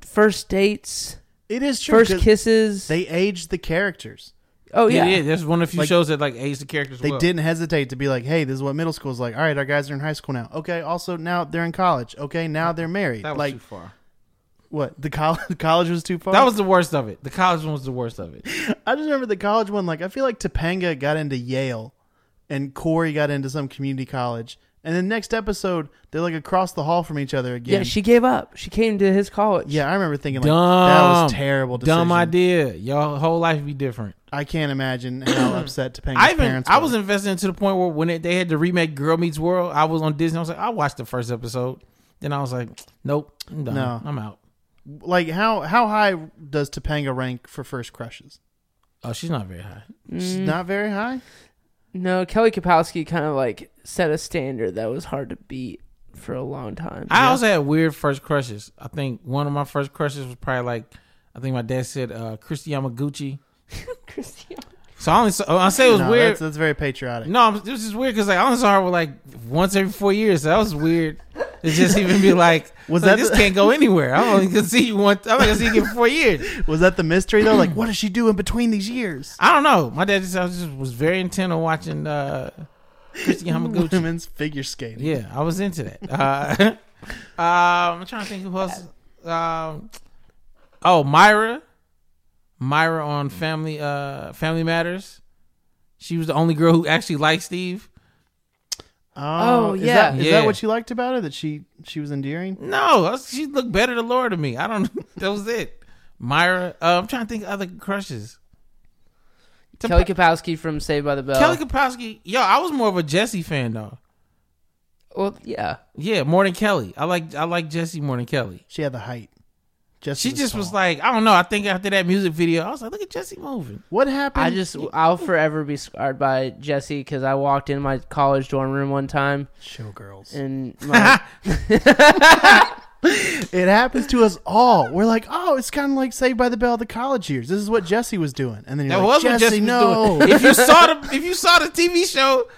B: first dates,
A: it is true.
B: first
A: 'cause
B: kisses.
A: They aged the characters.
B: oh
C: Yeah,
B: yeah.
C: yeah, that's one of the few
A: Like-
C: shows that like aged the characters.
A: They
C: well.
A: didn't hesitate to be like, "Hey, this is what middle school's like." All right, our guys are in high school now. Okay, also now they're in college. Okay, now they're married.
C: That was
A: like oh.
C: too far.
A: what? The college college was too far.
C: That was the worst of it. The college one was the worst of it.
A: I just remember the college one. Like I feel like Topanga got into Yale, and Corey got into some community college. And then next episode, they're like across the hall from each other again.
B: Yeah, she gave up. She came to his college.
A: Yeah, I remember thinking like
C: dumb.
A: that was terrible. Decision.
C: Dumb idea. Your whole life be different.
A: I can't imagine how upset Topanga's
C: I even
A: parents.
C: I
A: were.
C: was invested into the point where when it, they had to remake Girl Meets World, I was on Disney. I was like, I watched the first episode. Then I was like, Nope, I'm done.
A: No.
C: I'm out.
A: like, how how high does Topanga rank for first crushes?
C: Oh, she's not very high.
A: She's not very high.
B: No, Kelly Kapowski kind of like set a standard that was hard to beat for a long time.
C: I also had weird first crushes. I think one of my first crushes was probably like, I think my dad said uh, Christy Yamaguchi.
B: Christian.
C: So I only saw, I say it was
A: No,
C: weird.
A: That's, that's very patriotic.
C: No, I'm- it was just weird because like I only saw her like once every four years. So that was weird. It's just even be like,
A: Was
C: was like,
A: that
C: this
A: the-
C: can't go anywhere. I only can see you one. I'm only gonna see you for four years.
A: Was that the mystery though? Like, what does she do in between these years?
C: I don't know. My dad just, I was just was very intent on watching uh, Christy Hamaguchi.
A: Women's figure skating.
C: yeah, I was into that. Uh, um, I'm trying to think who else. Um, oh, Myra, Myra on Family uh, Family Matters. She was the only girl who actually liked Steve.
B: Oh,
A: is
B: yeah.
A: that, is that
C: Yeah.
A: what you liked about her? That she she was endearing.
C: No, I was- she looked better than Laura to me. I don't. That was it. Myra. Uh, I'm trying to think of other crushes. To
B: Kelly Kapowski from Saved by the Bell.
C: Kelly Kapowski. Yo, I was more of a Jesse fan though.
B: well, yeah.
C: Yeah, more than Kelly. I like I like Jesse more than Kelly.
A: She had the height. Just
C: She just was
A: tall.
C: like, I don't know. I think after that music video, I was like, look at Jesse moving.
A: what happened?
B: I just I'll forever be scarred by Jesse because I walked in my college dorm room one time
A: showgirls.
B: and my,
A: It happens to us all. We're like, oh, it's kind of like Saved by the Bell, the college years. This is what Jesse was doing, and then you're
C: That
A: like,
C: was what
A: Jesse,
C: Jesse was
A: no.
C: doing. If you saw the if you saw the TV show,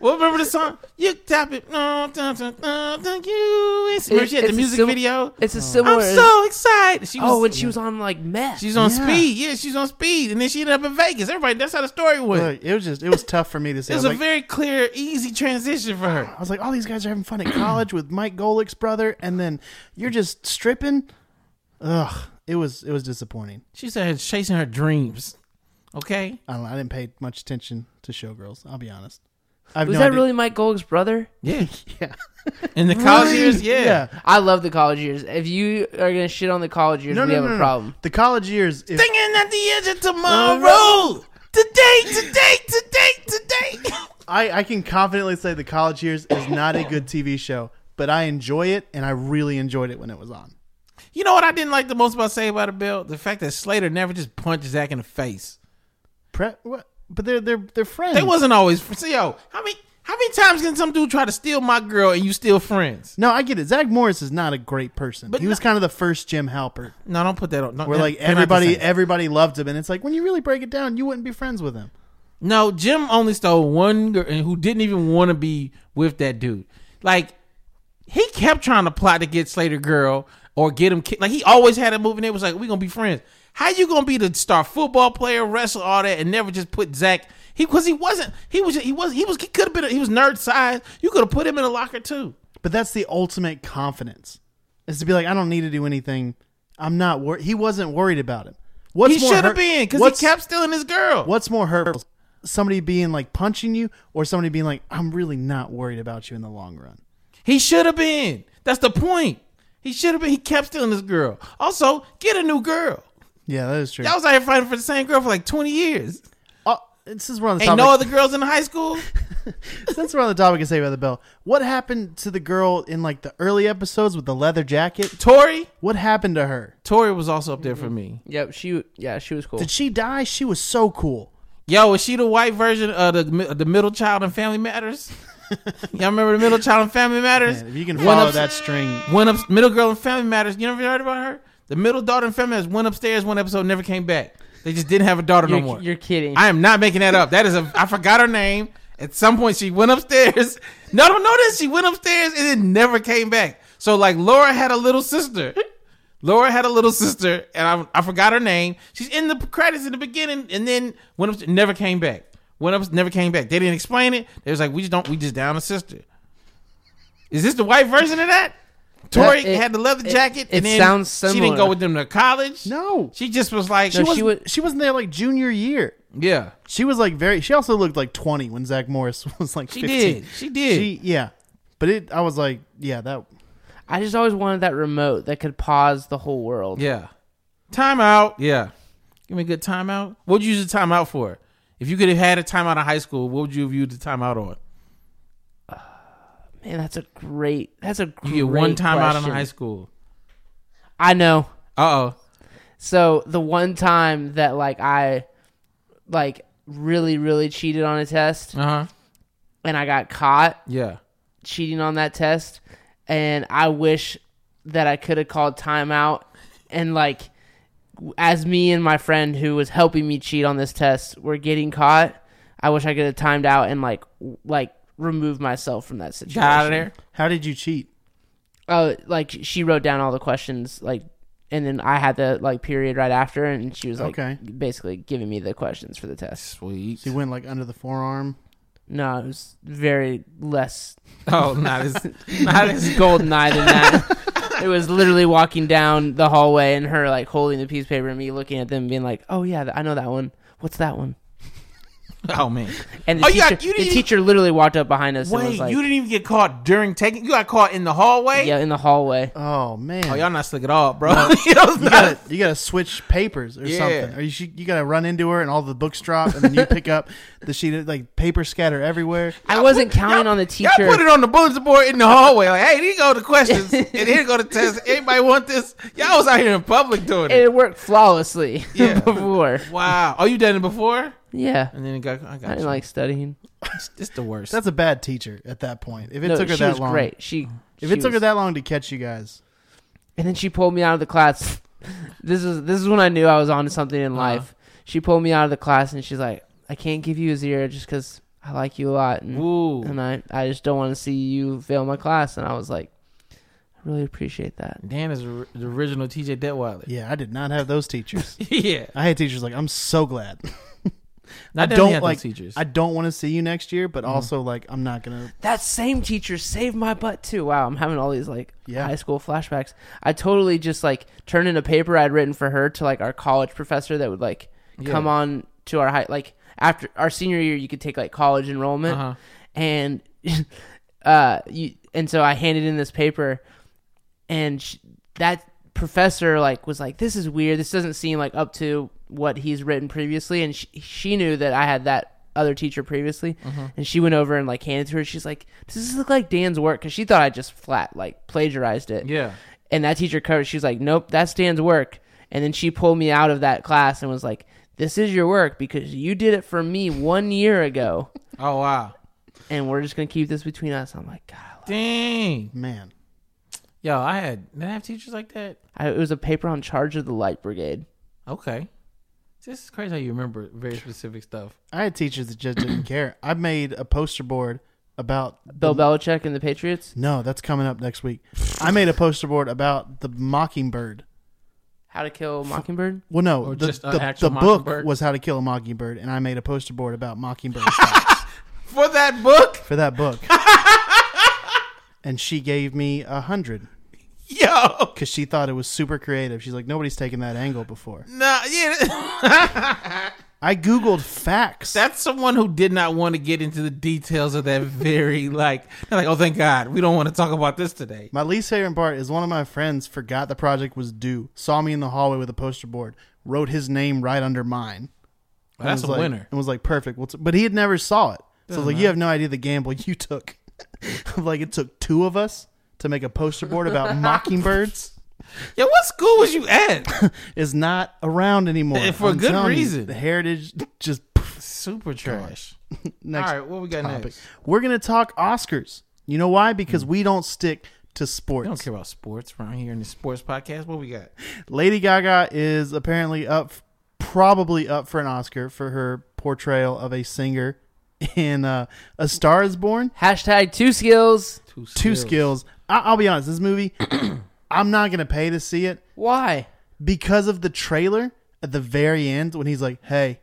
C: well, remember the song? You tap it. No, dun, dun, dun, dun, you. It's, remember she had
B: It's a
C: the music
B: sim-
C: video.
B: it's a similar.
C: I'm so excited. She was,
B: oh, and she was on like meth.
C: She's on
A: Yeah.
C: speed. Yeah, she's on speed. And then she ended up in Vegas. Everybody, that's how the story went.
A: Look, it was just it was tough for me to see.
C: it
A: I
C: was
A: was,
C: a
A: like,
C: very clear, easy transition for her.
A: I was like, all these guys are having fun at college with Mike Golick's brother, and then you're just stripping. Ugh, it was it was disappointing.
C: She said chasing her dreams. Okay?
A: I don't know. I didn't pay much attention to Showgirls. I'll be honest. I've
B: was
A: no
B: that
A: idea-
B: really Mike Gold's brother?
C: Yeah.
A: Yeah.
C: In the college years, yeah.
B: I love the college years. If you are gonna shit on the college years,
A: No,
B: we
A: no,
B: have
A: no,
B: a
A: no.
B: problem.
A: The college years. If,
C: Thinking at the edge of tomorrow. Today, today, today, today.
A: I, I can confidently say the college years is not a good TV show, but I enjoy it, and I really enjoyed it when it was on.
C: you know what I didn't like the most about Saved by the Bell? The fact that Slater never just punched Zach in the face.
A: Pre- what? But they're they're they're friends.
C: They wasn't always see yo, how many how many times can some dude try to steal my girl and you still friends?
A: no, I get it. Zach Morris is not a great person.
C: But
A: he was
C: no-
A: kind of the first Jim Halpert,
C: No, don't put that on. Don't-
A: where like
C: they're not the
A: everybody
C: same.
A: everybody loved him, and it's like when you really break it down, you wouldn't be friends with him.
C: No, Jim only stole one girl and who didn't even want to be with that dude. Like he kept trying to plot to get Slater girl or get him ki- like he always had a move and it was like we gonna be friends. How you gonna be the star football player, wrestler, all that, and never just put Zach? He because he wasn't. He was. He was. He was. He could have been. A, he was nerd size. You could have put him in a locker too.
A: But that's the ultimate confidence is to be like, I don't need to do anything. I'm not worried. He wasn't worried about him. What's
C: He
A: more
C: should have
A: hurt-
C: been because
A: what's-
C: he kept stealing his girl.
A: What's more hurtful? Somebody being like punching you or somebody being like, I'm really not worried about you in the long run.
C: He should have been. That's the point. He should have been. He kept stealing his girl. Also, get a new girl.
A: Yeah, that is true.
C: Y'all was out here fighting for the same girl for like 20 years.
A: oh, this is we're on the
C: Ain't
A: topic.
C: no other girls in high school.
A: Since we're on the topic of Saved by the Bell, what happened to the girl in like the early episodes with the leather jacket?
C: Tori.
A: What happened to her?
C: Tori was also up there for me.
B: Yep, she yeah she was cool.
A: Did she die? She was so cool.
C: Yo, was she the white version of the mi- the middle child in Family Matters? Y'all remember the middle child in Family Matters?
A: Man, if you can
C: Went
A: follow
C: up-
A: that string,
C: Went up, middle girl in Family Matters. You never heard about her? The middle daughter in Family Matters went upstairs one episode, never came back. They just didn't have a daughter
B: you're,
C: no more.
B: you're kidding.
C: I am not making that up. That is a. I forgot her name. At some point, she went upstairs. No, don't know this. She went upstairs and then never came back. So like, Laura had a little sister. Laura had a little sister, and I, I forgot her name. She's in the credits in the beginning, and then went up. Never came back. Went up. Never came back. They didn't explain it. They was like, we just don't. We just down a sister. Is this the white version of that? Tori
B: That- it-
C: had the leather
B: it-
C: jacket.
B: it
C: and then
B: sounds
C: She didn't go
B: similar.
C: with them to college.
A: No.
C: she just was like,
B: No,
A: she,
B: she
A: was,
B: was-
A: she wasn't there like junior year.
C: yeah.
A: She was like very. She also looked like twenty when Zach Morris was like.
C: She
A: 15.
C: did. She did.
A: She yeah. But it, I was like, yeah, that.
B: I just always wanted that remote that could pause the whole world.
C: Yeah. Timeout. Yeah. Give me a good timeout. What would you use the timeout for? If you could have had a timeout in high school, what would you have used the timeout on?
B: Man, that's a great. That's a great
C: You get one timeout
B: question.
C: in high school.
B: I know.
C: Uh oh.
B: So the one time that like I, like really really cheated on a test
C: Uh huh.
B: and I got caught
C: Yeah.
B: cheating on that test, and I wish that I could have called timeout and like as me and my friend who was helping me cheat on this test were getting caught, I wish I could have timed out and like w- like removed myself from that situation.
C: Got out of there.
A: How did you cheat?
B: Oh, like she wrote down all the questions, like, and then I had the like period right after, and she was like,
A: Okay.
B: basically giving me the questions for the test.
C: Sweet.
A: So you went like under the forearm.
B: No, it was very less
C: Oh, not as not as
B: golden eye than that. it was literally walking down the hallway and her like holding the piece of paper and me looking at them, being like, "Oh yeah, I know that one. What's that one?"
C: Oh man.
B: And the,
C: Oh, you
B: teacher,
C: got- you
B: the
C: didn't-
B: teacher literally walked up behind us and
C: Wait,
B: was like,
C: you didn't even get caught during taking. You got caught in the hallway.
B: "Yeah, in the hallway."
A: Oh man.
C: Oh, y'all not slick at all, bro. Y'all's
A: you
C: not-
A: gotta, you gotta switch papers or
C: Yeah.
A: something, or you should, you gotta run into her and all the books drop, and then you pick up the sheet of like paper scatter everywhere.
B: I wasn't counting
C: y'all-
B: on the
C: Y'all
B: teacher.
C: put it on the bulletin board in the hallway. Like, hey, here go the questions, and here go the test. Anybody want this? Y'all was out here in public doing it.
B: It worked flawlessly
C: Yeah.
B: before.
C: Wow. Oh, you done it before?
B: Yeah.
C: And then it got. I got
B: I didn't
C: you.
B: like studying.
C: It's- it's the worst.
A: That's a bad teacher at that point. If it
B: no,
A: took her
B: she
A: that
B: was
A: long, Oh.
B: great. She
A: if
B: she
A: it took her
B: was-
A: that long to catch you guys,
B: and then she pulled me out of the class. this is this is when I knew I was onto something
A: Uh-huh.
B: in life. She pulled me out of the class and she's like, "I can't give you a zero just because I like you a lot, and,
C: Ooh.
B: and I I just don't want to see you fail my class." And I was like, "I really appreciate that."
C: Dan is the the original TJ Detweiler.
A: yeah, I did not have those teachers.
C: yeah.
A: I had teachers like I'm so glad.
C: Not
A: I
C: that we
A: don't
C: had those
A: like
C: teachers.
A: I don't want to see you next year, but also like I'm not gonna.
B: That same teacher saved my butt too. Wow, I'm having all these like
A: Yeah.
B: high school flashbacks. I totally just like turned in a paper I'd written for her to like our college professor that would like come on to our high like after our senior year you could take like college enrollment
C: Uh-huh.
B: and uh you and so I handed in this paper and sh that professor like was like this is weird this doesn't seem like up to what he's written previously and she, she knew that i had that other teacher previously and she went over and like handed it to her she's like does this look like dan's work because she thought i just flat like plagiarized it
C: Yeah.
B: and that teacher covered she's like nope that's dan's work and then she pulled me out of that class and was like this is your work because you did it for me one year ago
C: Oh wow.
B: and we're just gonna keep this between us i'm like god I love-
C: Dang.
A: Man,
C: Yo, I had did I have teachers like that?
B: I, it was a paper on charge of the light brigade
C: Okay. This is crazy how you remember very specific stuff.
A: I had teachers that just didn't care. I made a poster board about
B: bill belichick and the patriots
A: no, that's coming up next week. I made a poster board about the Mockingbird.
B: How to Kill a Mockingbird.
A: Well, no,
C: Or
A: the,
C: just an
A: the,
C: actual
A: the book
C: mockingbird?
A: was How to Kill a Mockingbird, and I made a poster board about mockingbird facts
C: For that book?
A: for that book. and she gave me a hundred
C: Yo.
A: because she thought it was super creative. She's like, nobody's taken that angle before.
C: No, yeah.
A: I googled facts.
C: That's someone who did not want to get into the details of that very like they're like, oh thank God, we don't want to talk about this today.
A: my least favorite part is one of my friends forgot the project was due, saw me in the hallway with a poster board, wrote his name right under mine. And
C: That's a
A: was like,
C: winner.
A: And was like, perfect. What's but he had never saw it. So I was like, you have no idea the gamble you took. I'm like, it took two of us to make a poster board about mockingbirds.
C: Yo, what school was you at?
A: Is not around anymore.
C: And Eh, for a good
A: telling you,
C: reason.
A: the heritage just
C: Super trash.
A: next.
C: All right, what we got
A: topic.
C: next?
A: We're gonna talk Oscars. You know why? Because we don't stick to sports.
C: We Hmm. don't care about sports around here in the sports podcast. What we got?
A: Lady Gaga is apparently up, probably up for an Oscar for her portrayal of a singer in uh, A Star Is Born.
B: Hashtag two skills.
A: Two skills. I- I'll be honest. This movie, I'm not gonna pay to see it
B: Why?
A: because of the trailer at the very end when he's like, "Hey,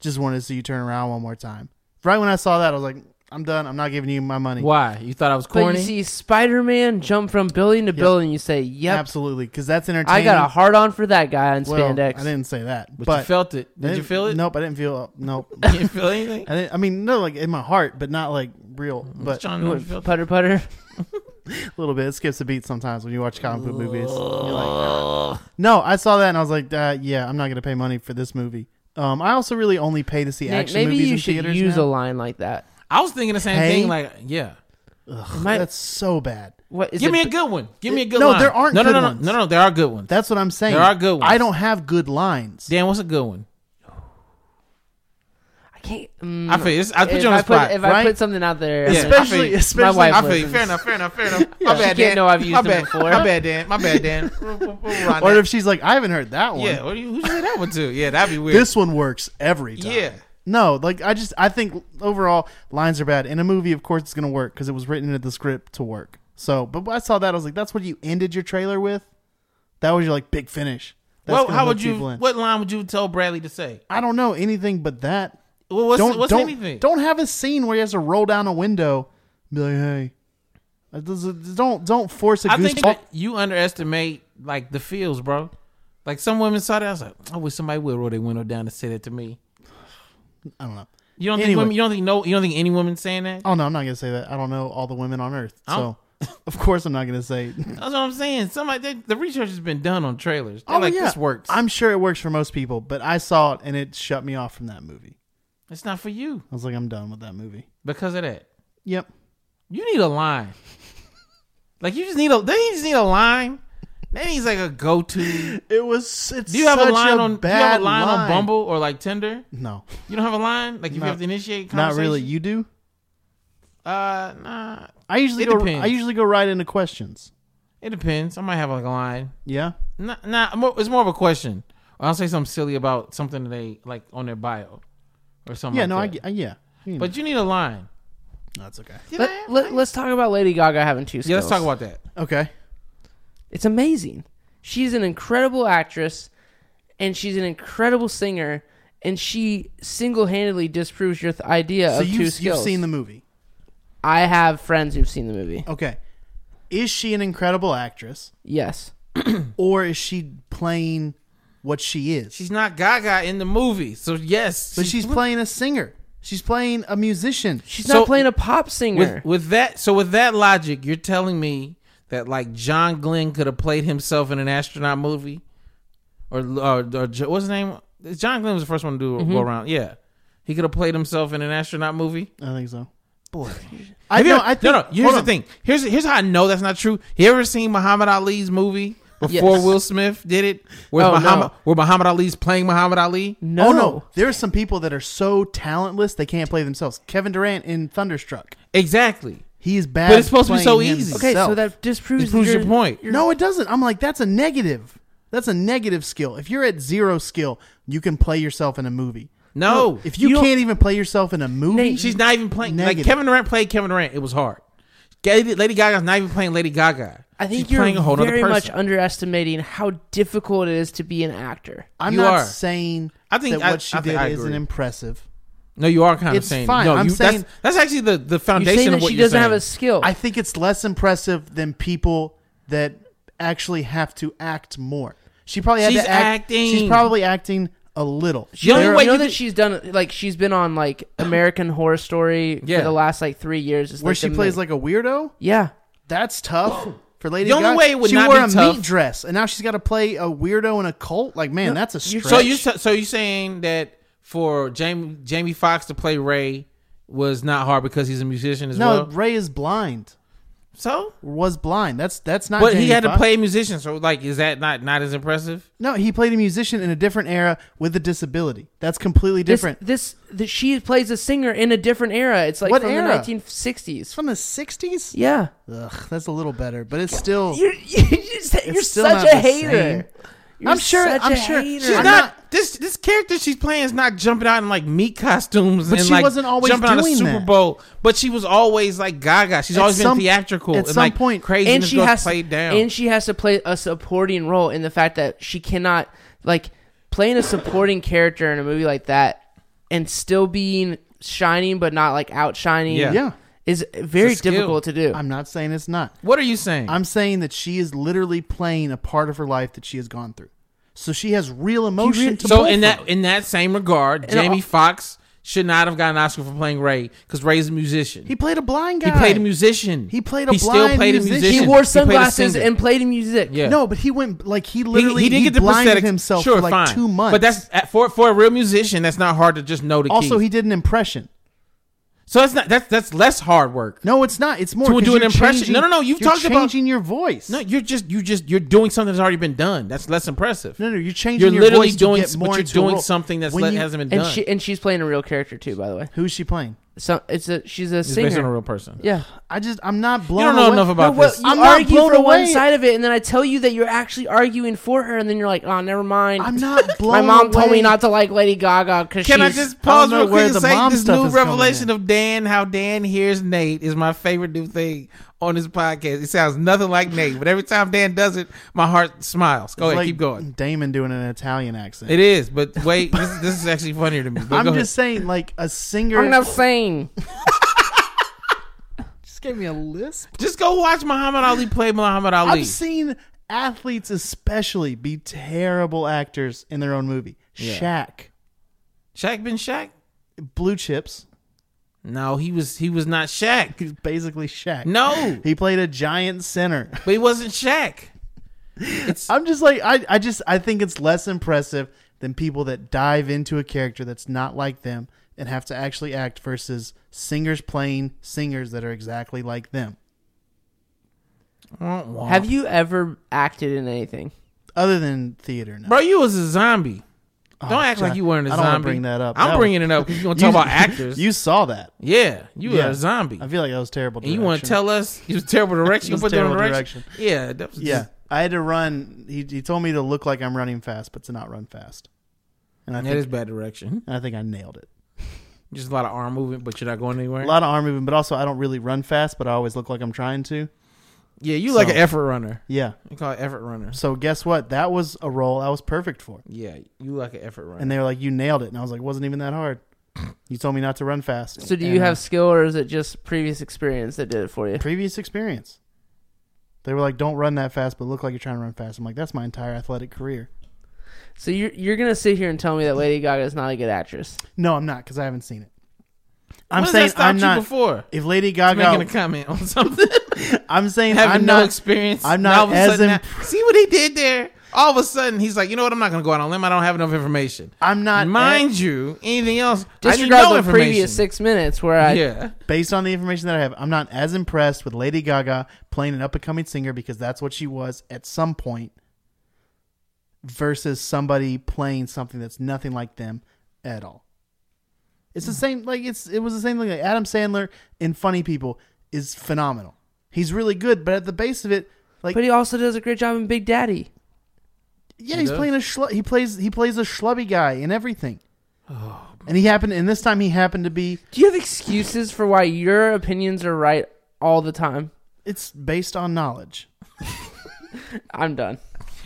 A: just wanted to see you turn around one more time." Right when I saw that, I was like, "I'm done. I'm not giving you my money."
C: Why? You thought I was
B: But
C: corny?
B: you see Spider Man jump from building to building. You say, "Yep,
A: Absolutely, because that's entertaining.
B: I got a hard on for that guy on
A: well,
B: spandex."
A: I didn't say that,
C: but,
A: but
C: you felt it.
A: I
C: Did you
A: didn't-
C: feel it?
A: Nope, I didn't feel. Nope.
C: You didn't feel anything?
A: I, didn't, I mean, no, like in my heart, but not like real, but a
C: John,
B: You
C: you
B: went
C: feel
B: putter putter.
A: little bit. It skips a beat sometimes when you watch comic book movies. You're like, no, I saw that and I was like, uh, yeah, I'm not gonna pay money for this movie. Um, I also really only pay to see
B: Nate,
A: action
B: Maybe
A: movies
B: you
A: in
B: should
A: theaters.
B: use a
A: now.
B: line like that.
C: I was thinking the same
A: Hey?
C: thing. Like, yeah.
B: Might-
A: That's so bad.
B: What is
C: Give
B: it?
C: me a good one. Give me a good
A: No,
C: line.
A: there aren't
C: no,
A: good
C: no, no,
A: ones.
C: No, no, no, there are good ones.
A: That's what I'm saying.
C: There are good ones.
A: I don't have good lines.
C: Dan, what's a good one?
B: I can't. mm,
C: I feel this. I put
B: if
C: you on
B: I
C: the spot.
B: If I
A: right?
B: put something out there,
C: Yeah.
B: I'm gonna-
C: I
A: especially
C: feel-
A: especially
B: my wife-
C: I feel you. Fair enough. Fair enough. Fair enough. My bad,
B: can't
C: Dan.
B: know I've used
C: my
B: them
C: bad.
B: before.
C: My bad, Dan. My bad, Dan. We'll- we'll- we'll run
A: or
C: that.
A: if she's like, I haven't heard that one.
C: yeah, what do you, who said that one to? Yeah, that'd be weird.
A: This one works every time.
C: yeah,
A: No, like I just I think overall lines are bad. In a movie, of course, it's gonna work because it was written into the script to work. So, but when I saw that, I was like, that's what you ended your trailer with. That was your like big finish. That's
C: well,
A: gonna
C: how
A: hook
C: would you?
A: people in.
C: What line would you tell Bradley to say?
A: I don't know anything but that.
C: Well, what's
A: don't
C: what's
A: don't
C: anything?
A: don't have a scene where he has to roll down a window. And be like, hey, That doesn't- don't don't force a
C: I
A: goose.
C: think that you underestimate like the feels, bro. Like some women saw that, I was like, I wish somebody would roll their window down to say that to me.
A: I don't know.
C: You don't think
A: Anyway.
C: women? You don't think no? You don't think any woman saying that?
A: Oh no, I'm not gonna say that. I don't know all the women on Earth, so
C: Oh.
A: of course I'm not gonna say.
C: That's what I'm saying. Somebody, they, the research has been done on trailers. They're like, this works.
A: Oh, I'm sure it works for most people, but I saw it and it shut me off from that movie.
C: it's not for you
A: I was like, I'm done with that movie.
C: because of that.
A: Yep.
C: You need a line. like you just need a. They just need a line. That needs like a go to.
A: It was. It's
C: Do you have a
A: such
C: line on? Do you
A: Bad
C: have a line, on
A: line.
C: Bumble or like Tinder?
A: No,
C: You don't have a line. Like if
A: No.
C: you have to initiate.
A: not
C: Conversation?
A: really. You do.
C: Uh, nah.
A: I usually
C: It
A: go.
C: depends.
A: I usually go right into questions.
C: It depends. I might have like a line.
A: Yeah.
C: Nah, nah. More, it's more of a question. Or I'll say something silly about something that they like on their bio, or something.
A: Yeah.
C: like
A: No. I,
C: that.
A: get- I. Yeah. You know,
C: But you need a line.
A: that's okay.
C: You know?
B: Let, let, us talk about Lady Gaga having two skills.
C: yeah, let's talk about that.
A: Okay.
B: It's amazing. She's an incredible actress, and she's an incredible singer, and she single-handedly disproves your th- idea
A: So
B: of two
A: you you've
B: skills.
A: seen the movie.
B: I have friends who've seen the movie.
A: Okay. Is she an incredible actress,
B: Yes,
A: or is she playing what she is?
C: She's not Gaga in the movie, so yes,
A: but she's playing a singer. She's playing a musician.
B: she's
C: So-
B: not playing a pop singer.
C: with, oh, with that. So with that logic, you're telling me that like John Glenn could have played himself in an astronaut movie, or or, or Jo- what's his name? John Glenn was the first one to do
B: Mm-hmm.
C: go around. Yeah, he could have played himself in an astronaut movie.
A: I think so.
C: Boy,
A: I know.
C: no,
A: I think,
C: no, no. Here's
A: hold
C: the
A: on.
C: thing. Here's here's how I know that's not true. You ever seen Muhammad Ali's movie? Before
B: Yes.
C: Will Smith did it, where,
B: Oh, no.
C: Muhammad, where Muhammad Ali's playing Muhammad Ali,
B: no,
A: Oh no, there are some people that are so talentless they can't play themselves. Kevin Durant in Thunderstruck,
C: exactly.
A: he is bad.
C: But it's supposed to be so
A: playing
C: easy.
B: Okay,
A: himself.
B: so that disproves,
C: It proves your point.
A: no, it doesn't. I'm like that's a negative. That's a negative skill. If you're at zero skill, you can play yourself in a movie.
C: No.
A: if you,
B: You don't-
A: can't even play yourself in a movie,
B: Nate,
C: She's not even playing.
A: Negative.
C: Like Kevin Durant played Kevin Durant. It was hard. Lady Lady Gaga's not even playing Lady Gaga.
B: I think
C: She's
B: you're
C: playing a whole other
B: very much
C: person.
B: underestimating how difficult it is to be an actor.
A: I'm
C: you
A: not
C: are.
A: saying
C: I think
A: that
C: I-
A: what she
C: I
A: did
C: think I
A: isn't
C: agree.
A: impressive.
C: no, you are kind
A: It's
C: of saying.
A: fine.
C: No,
A: I'm
C: you,
A: saying-
C: that's, that's actually the the
B: You're
C: foundation
B: saying
C: of
B: that
C: what
B: she
C: you're
B: doesn't
C: saying.
B: have a skill.
A: I think it's less impressive than people that actually have to act more. She probably had
C: She's
A: to act.
C: acting.
A: She's probably acting a little.
C: The only
B: you know,
C: way
B: you know
C: you
B: that
C: could-
B: she's done like she's been on like American Horror Story
C: Yeah.
B: for the last like three years. It's
A: Where
B: like
A: she
B: the
A: plays
B: main-
A: like a weirdo.
B: yeah.
A: That's tough for Lady.
C: The only
A: Gaga.
C: way it would
A: she
C: not
A: wore
C: be
A: a
C: tough-
A: meat dress, and now she's got to play a weirdo in a cult. Like, man, that's a stretch.
C: So you so you saying that for Jamie Jamie Foxx to play Ray was not hard because he's a musician as
A: no,
C: well.
A: Ray is blind.
C: So,
A: Was blind. That's that's not.
C: but he
A: Jamie
C: had to
A: Foxx.
C: play a musician. So like, is that not not as impressive?
A: No, he played a musician in a different era with a disability. That's completely
B: This,
A: different.
B: this this she plays a singer in a different era. It's like
A: What
B: from
A: era?
B: the 1960s.
A: it's from the '60s.
B: Yeah.
A: Ugh, that's a little better, but it's still.
B: You're, you're, just- you're
A: still
B: such
A: not
B: a
A: the same.
B: hater. You're
A: I'm sure-
B: such
A: I'm
B: a
A: sure-
B: hater.
A: she's
C: She's
A: I'm
C: not,
A: not-
C: this this character she's playing is not jumping out in like meat costumes
A: But
C: and
A: she
C: like
A: wasn't always
C: jumping out
A: doing
C: of Super
A: that.
C: Bowl. But she was always like Gaga. She's
A: At
C: always
A: some-
C: been theatrical.
A: at
C: and,
A: some
C: like,
A: point-
C: crazy
B: and
C: this
B: she
C: girl's
B: has
C: played down.
B: and she has to play a supporting role in the fact that she cannot like playing a supporting character in a movie like that and still being shining but not like outshining
C: Yeah.
A: Yeah,
B: is very
C: It's a skill.
B: difficult to do.
A: I'm not saying it's not.
C: what are you saying?
A: I'm saying that she is literally playing a part of her life that she has gone through. So she has real emotion. to
C: so
A: pull
C: in
A: from.
C: that in that same regard, Jamie
B: all-
C: Foxx should not have gotten an Oscar for playing Ray because Ray's a musician.
A: he played a blind guy.
C: He played a musician.
A: He played a blind musician.
B: he
A: He
B: wore
C: played a
B: sunglasses
C: singer.
B: and played music.
C: Yeah.
A: No, but he went like he
C: He-
A: literally
C: he,
A: he,
C: didn't get the
A: blinded
C: prosthetics.
A: himself
C: sure,
A: for like
C: fine.
A: two months.
C: But that's for for a real musician. That's not hard to just know the
A: also
C: keys.
A: he did an impression.
C: So it's not that's that's less hard work.
A: No, it's not. It's more
C: To
A: 'cause
C: do an
A: you're
C: impression-
A: changing-
C: No, no, no, you've
A: you're
C: talked about-
A: changing your voice.
C: No, you're just you just you're doing something that's already been done. That's less impressive.
A: no, no, you're changing.
C: You're
A: your
C: literally
A: voice
C: doing,
A: to get
C: but
A: more
C: you're
A: into a
C: doing
A: role.
C: something that's
A: When
C: le-
A: you-
C: hasn't been
B: And
C: done.
B: she and she's playing a real character too, by the way.
A: Who's she playing?
B: So it's a she's a
C: it's
B: singer.
C: based on a real person.
B: yeah.
A: I just I'm not
C: You
A: blown.
C: don't know
A: away.
C: enough about
B: No, well,
C: this.
B: you
A: I'm not
B: argue
A: blown
B: for one
A: away.
B: side of it, and then I tell you that you're actually arguing for her, and then you're like, "Oh, never mind."
A: I'm not
B: My
A: blown.
B: mom told me
A: away.
B: not to like Lady Gaga because
C: Can I just pause
A: know
C: real quick
A: where
C: and
A: the
C: say
A: mom
C: this
A: stuff
C: new
A: is coming
C: revelation
A: in.
C: of Dan, how Dan hears Nate, is my favorite new thing on this podcast. It sounds nothing like Nate, but every time Dan does it, my heart smiles. Go
A: It's
C: ahead,
A: like
C: keep going.
A: Damon doing an Italian accent.
C: It is, but wait, this, this is actually funnier to me. But
A: I'm
C: go
A: just
C: ahead.
A: saying, like a singer.
B: I'm not saying.
A: just gave me a list.
C: just go watch Muhammad Ali play Muhammad Ali.
A: I've seen athletes, especially, be terrible actors in their own movie. Shaq,
C: Shaq been Shaq?
A: Blue Chips,
C: No, he was he was not Shaq.
A: he's basically Shaq.
C: No,
A: he played a giant center.
C: but he wasn't Shaq.
A: I'm just like I, I just I think it's less impressive than people that dive into a character that's not like them and have to actually act versus singers playing singers that are exactly like them.
B: Have you ever acted in anything?
A: Other than theater, no.
C: Bro, you was a zombie. Don't act
A: God.
C: like you weren't a
A: Oh, I don't
C: zombie.
A: wanna bring that up.
C: I'm
A: That
C: bringing it up because you're gonna talk about actors.
A: You saw that.
C: yeah, you
A: Yeah.
C: are a zombie.
A: I feel like that was terrible.
C: And you want to
A: direction.
C: tell us it was terrible direction? you
A: It was
C: put that on
A: terrible
C: direction? Yeah, that was
A: Yeah,
C: just-
A: I had to run. He he told me to look like I'm running fast, but to not run fast. And I
C: that is
A: think
C: bad direction.
A: I think I nailed it.
C: Just a lot of arm movement, but you're not going anywhere.
A: A lot of arm movement, but also I don't really run fast, but I always look like I'm trying to.
C: yeah, you like
A: So-
C: an effort runner.
A: Yeah.
C: You call it effort runner.
A: So guess what? That was a role I was perfect for.
C: Yeah, you like an effort runner.
A: And they were like, "You nailed it," and I was like, it "Wasn't even that hard. You told me not to run fast."
B: So do
A: And,
B: you
A: uh,
B: have skill, or is it just previous experience that did it for you?
A: previous experience? They were like, "Don't run that fast, but look like you're trying to run fast." I'm like, "That's my entire athletic career."
B: So you're you're gonna sit here and tell me that Lady Gaga is not a good actress?
A: No, I'm not because I haven't seen it. I'm
C: What has that
A: saying
C: stopped
A: I'm
C: you
A: not.
C: before
A: If Lady
C: making a
A: Gaga,
C: comment on something.
A: I'm saying
C: having
A: I'm
C: no
A: not.
C: experience.
A: I'm
C: Now
A: not
C: all of a
A: as
C: sudden,
A: imp-
C: now- see what he did there. All of a sudden, he's like, you know what? I'm not going to go out on a limb. I don't have enough information.
A: I'm not eh,
C: Mind you, anything else? I
B: Disregard
C: need no
B: the
C: information.
B: previous six minutes where I
C: Yeah,
A: based on the information that I have, I'm not as impressed with Lady Gaga playing an up and coming singer because that's what she was at some point versus somebody playing something that's nothing like them at all. It's the same like it's it was the same thing like Adam Sandler in Funny People is phenomenal. He's really good, but at the base of it, like
B: But he also does a great job in Big Daddy.
A: yeah, he's
C: does.
A: playing a schlu- he plays he plays a schlubby guy in everything.
C: Oh,
A: and he happened and this time he happened to be
B: Do you have excuses for why your opinions are right all the time?
A: it's based on knowledge.
B: I'm done.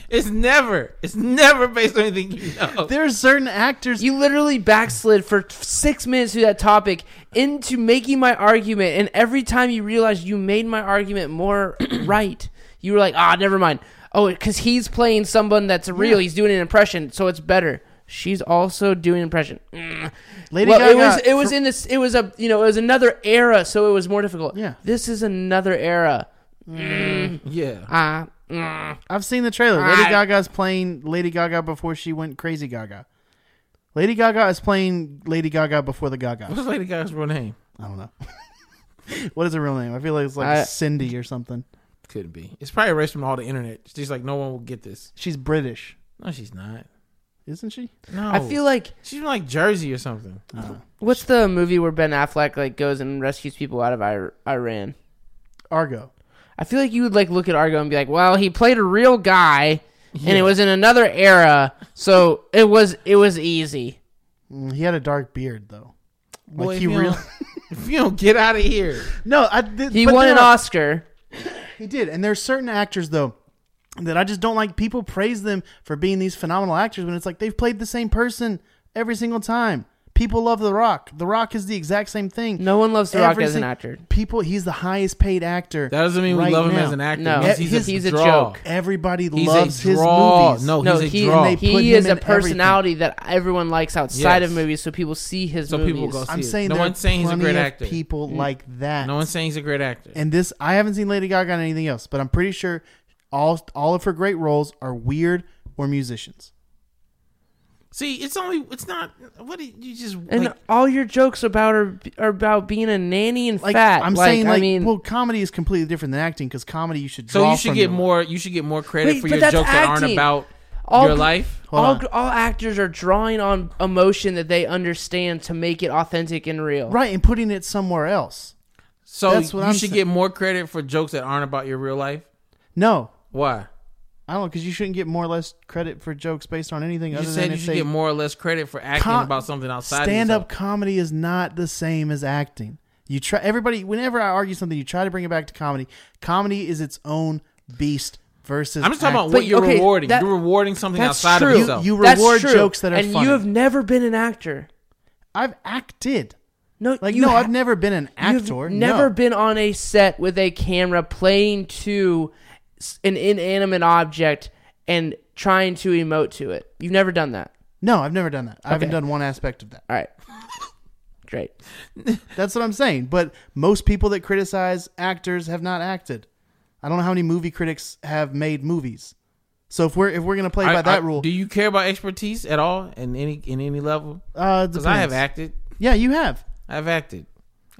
C: it's never, it's never based on anything you know.
A: There are certain actors
B: You literally backslid for t- six minutes through that topic into making my argument, and every time you realized you made my argument more right, you were like, ah, never mind. Oh, because he's playing someone that's real. He's doing an impression, so it's better. She's also doing impression. Mm.
A: Lady
B: well, it
A: Gaga-
B: was it was in this. It was a you know it was another era, so it was more difficult.
A: Yeah.
B: this is another era.
C: Yeah,
B: Ah. mm.
A: I've seen the trailer. Lady
B: I-
A: Gaga's playing Lady Gaga before she went crazy Gaga. Lady Gaga is playing Lady Gaga before the Gaga.
C: what's Lady Gaga's real name?
A: I don't know. what is her real name? I feel like it's like
B: I-
A: Cindy or something.
C: Couldn't be. It's probably erased from all the internet. She's like, no one will get this.
A: She's British,
C: No, she's not.
A: isn't she?
C: No,
A: Oh.
B: I feel like
C: she's from like Jersey or something.
B: what's the movie where Ben Affleck like goes and rescues people out of Ir- Iran?
A: Argo.
B: I feel like you would like look at Argo and be like, "Well, he played a real guy, and it was in another era, so it was it was easy."
A: Mm, He had a dark beard though.
C: Boy,
A: Like he
C: if you don't-
A: real.
C: If you don't get out of here,
A: no, I did,
B: He
A: but
B: won
A: there
B: an
A: are-
B: Oscar.
A: He did, and there's certain actors though that I just don't like. People praise them for being these phenomenal actors when it's like they've played the same person every single time. People love The Rock. The Rock is the exact same thing.
B: No one loves The Rock
A: Every
B: as an
A: sing-
B: actor.
A: People, he's the highest paid actor.
C: that doesn't mean we
A: right
C: love him
A: now.
C: as an actor.
B: No.
C: It means he's,
A: He's-
C: a,
B: he's a
C: draw.
B: joke.
A: Everybody
C: He's
A: loves
C: a
A: his
C: draw.
A: movies.
C: No,
B: No,
C: he's a
B: he,
C: draw.
A: they put
B: he
A: him
B: is a
A: in everything.
B: personality that everyone likes outside
C: Yes.
B: of movies, so people see his
C: So
B: movies.
C: people go see
A: I'm
C: it.
A: saying
C: No
A: there
C: one's saying
A: are
C: he's a
A: plenty
C: great
A: of
C: actor. Mm.
A: people like that.
C: No one's saying he's a great actor.
A: and this, I haven't seen Lady Gaga on anything else, but I'm pretty sure all all of her great roles are weird or musicians.
C: See, it's only it's not. What do you you just
B: And
C: like,
B: all your jokes about are, are about being a nanny and
A: Like
B: fat.
A: I'm saying, like
B: I mean,
A: well, comedy is completely different than acting because comedy you should.
C: so
A: draw
C: you should
A: from
C: get
A: your-
C: more. You should get more credit
B: Wait, but
C: for your
B: that's
C: jokes that aren't
B: acting.
C: about
B: all
C: your
B: gr-
C: life.
A: Hold
B: all,
A: on.
B: gr- all actors are drawing on emotion that they understand to make it authentic and real.
A: right and putting it somewhere else.
C: So
A: That's what
C: you
A: I'm
C: should
A: saying.
C: get more credit for jokes that aren't about your real life.
A: No,
C: Why?
A: I don't know because you shouldn't get more or less credit for jokes based on anything
C: You
A: other
C: said
A: than
C: you
A: if
C: should
A: they
C: get more or less credit for acting
A: Con-
C: about something outside. of
A: stand
C: yourself.
A: up comedy is not the same as acting. You try everybody whenever I argue something, you try to bring it back to comedy. Comedy is its own beast versus.
C: I'm just talking about
A: act-
C: what
B: But,
C: you're
B: okay,
C: rewarding.
B: that-
C: you're rewarding something
B: that's
C: outside
B: true.
C: of
B: You-
C: yourself.
A: you
B: That's
A: reward
B: true.
A: jokes that are
B: and
A: funny.
B: you have never been an actor.
A: I've acted.
B: No,
A: Like
B: you
A: no,
B: ha-
A: I've never been an
B: you've
A: actor.
B: never
A: no.
B: been on a set with a camera playing to s- an inanimate object and trying to emote to it. You've never done that.
A: No, I've never done that. I haven't
B: Okay.
A: done one aspect of that.
B: All right. Great.
A: That's what I'm saying. But most people that criticize actors have not acted. I don't know how many movie critics have made movies. So if we're if we're gonna play
C: I-
A: by that
C: I-
A: rule,
C: Do you care about expertise at all in any in any level?
A: uh,
C: Because I have
A: depends.
C: acted.
A: Yeah, you have.
C: I've acted,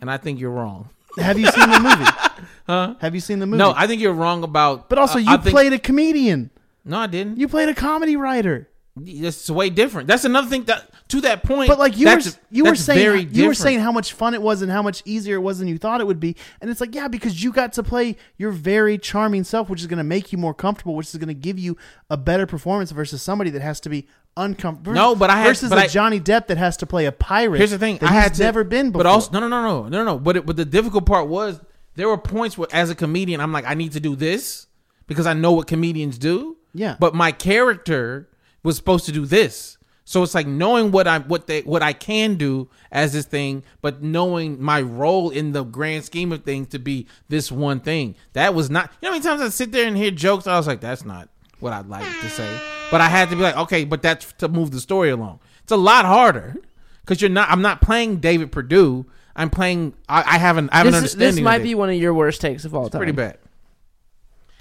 C: and I think you're wrong.
A: Have you seen the movie? huh? Have you seen the movie?
C: No, I think you're wrong about.
A: But also,
C: I-
A: you
C: I think-
A: played a comedian.
C: No, I didn't.
A: You played a comedy writer.
C: It's way different. That's another thing that to that point.
A: But like you
C: that's,
A: were, you were
C: that's
A: saying,
C: very
A: you were
C: different.
A: saying how much fun it was and how much easier it was than you thought it would be. And it's like, yeah, because you got to play your very charming self, which is going to make you more comfortable, which is going to give you a better performance versus somebody that has to be uncomfortable.
C: No, but I had-
A: versus
C: but
A: a
C: I-
A: Johnny Depp that has to play a pirate.
C: Here's the thing.
A: that
C: I
A: he's
C: had to-
A: never been before.
C: But also, no, no, no, no, no, no. But it, but the difficult part was there were points where, as a comedian, I'm like, I need to do this because I know what comedians do.
A: Yeah.
C: But my character was supposed to do this, so it's like knowing what I what they what I can do as this thing, but knowing my role in the grand scheme of things to be this one thing. That was not. You know how many times I sit there and hear jokes, I was like, that's not what I'd like to say. But I had to be like, okay, but that's to move the story along. It's a lot harder because you're not. I'm not playing David Perdue. I'm playing. I, I haven't. I have an
B: This, is-
C: understanding.
B: this
C: of
B: might
C: it.
B: be one of your worst takes of all time.
C: pretty bad.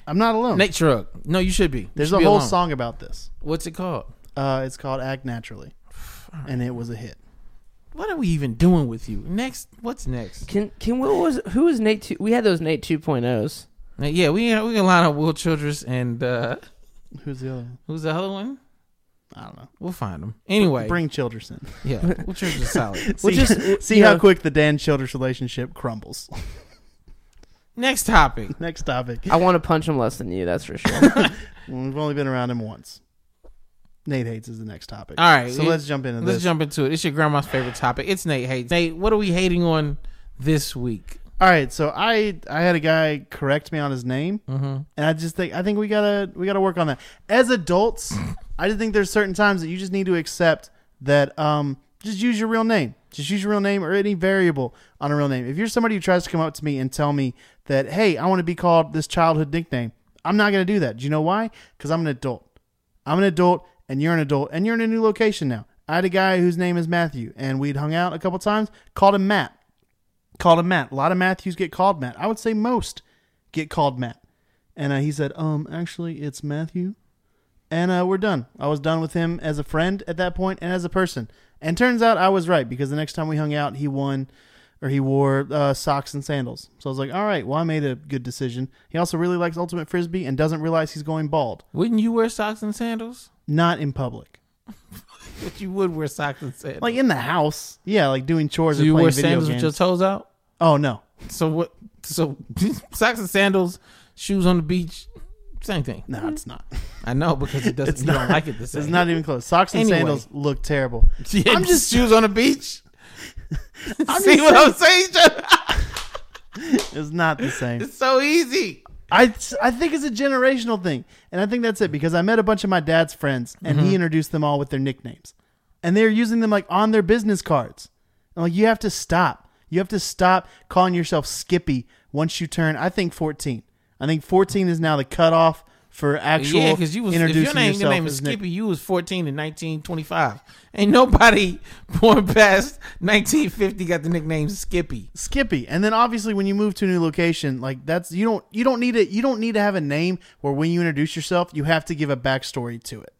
A: I'm not alone.
C: Nate Shrug. No, you should be. You
A: There's
C: should
A: a
C: be
A: whole
C: alone.
A: song about this.
C: What's it called?
A: Uh, it's called "Act Naturally," and it was a hit.
C: What are we even doing with you? Next, what's next?
B: Can can what was who was Nate? Two, we had those Nate 2.0s.
C: Uh, Yeah, we we got a lot of Will Childress and uh
A: Who's the other? one?
C: who's the other one?
A: I don't know.
C: We'll find them anyway.
A: Bring Childress in.
C: yeah, Will Childress is solid.
A: See,
B: Well, just-
A: see
B: you
A: how
B: know-
A: quick the Dan Childress relationship crumbles.
C: Next topic.
A: Next topic.
B: I want to punch him less than you. That's for sure.
A: We've only been around him once. Nate hates is the next topic.
C: All right,
A: so
C: it-
A: let's jump into
C: Let's
A: this.
C: jump into it. It's your grandma's favorite topic. It's Nate hates. Nate, what are we hating on this week?
A: All right, so I I had a guy correct me on his name, and I just think I think we gotta we gotta work on that as adults. I just think there's certain times that you just need to accept that um just use your real name, just use your real name or any variable on a real name. If you're somebody who tries to come up to me and tell me that hey I want to be called this childhood nickname, I'm not gonna do that. Do you know why? Because I'm an adult. I'm an adult and you're an adult and you're in a new location now. I had a guy whose name is Matthew and we'd hung out a couple times, called him Matt. Called him Matt. A lot of Matthews get called Matt. I would say most get called Matt. And uh, he said, um, actually, it's Matthew. And uh, we're done. I was done with him as a friend at that point and as a person. And turns out I was right because the next time we hung out, he won or he wore uh, socks and sandals. So I was like, all right, well, I made a good decision. He also really likes Ultimate Frisbee and doesn't realize he's going bald.
C: Wouldn't you wear socks and sandals?
A: Not in public.
C: But you would wear socks and sandals.
A: Like in the house. Yeah, like doing chores
C: so
A: or
C: you
A: playing
C: wear
A: video
C: sandals
A: games.
C: with your toes out.
A: oh no.
C: So what? So socks and sandals, shoes on the beach, same thing.
A: No, it's not.
C: I know because it doesn't. you don't like it the same.
A: It's not even close. Socks and
C: Anyway.
A: sandals look terrible.
C: Yeah,
A: I'm just-
C: shoes on the beach.
A: I'm
C: See
A: just
C: what I'm saying?
A: It's not the same.
C: It's so easy.
A: I, I think it's a generational thing. And I think that's it because I met a bunch of my dad's friends and
C: Mm-hmm.
A: he introduced them all with their nicknames. And they're using them like on their business cards. And like you have to stop. You have to stop calling yourself Skippy once you turn I think 14. I think 14 is now the cutoff for actual
C: yeah, because you was if
A: introducing
C: your name, your
A: yourself
C: name is
A: as nick-
C: Skippy. You was 14 in 1925. Ain't nobody born past 1950 got the nickname Skippy.
A: Skippy. And then obviously when you move to a new location, like that's you don't you don't need to you don't need to have a name where when you introduce yourself, you have to give a backstory to it.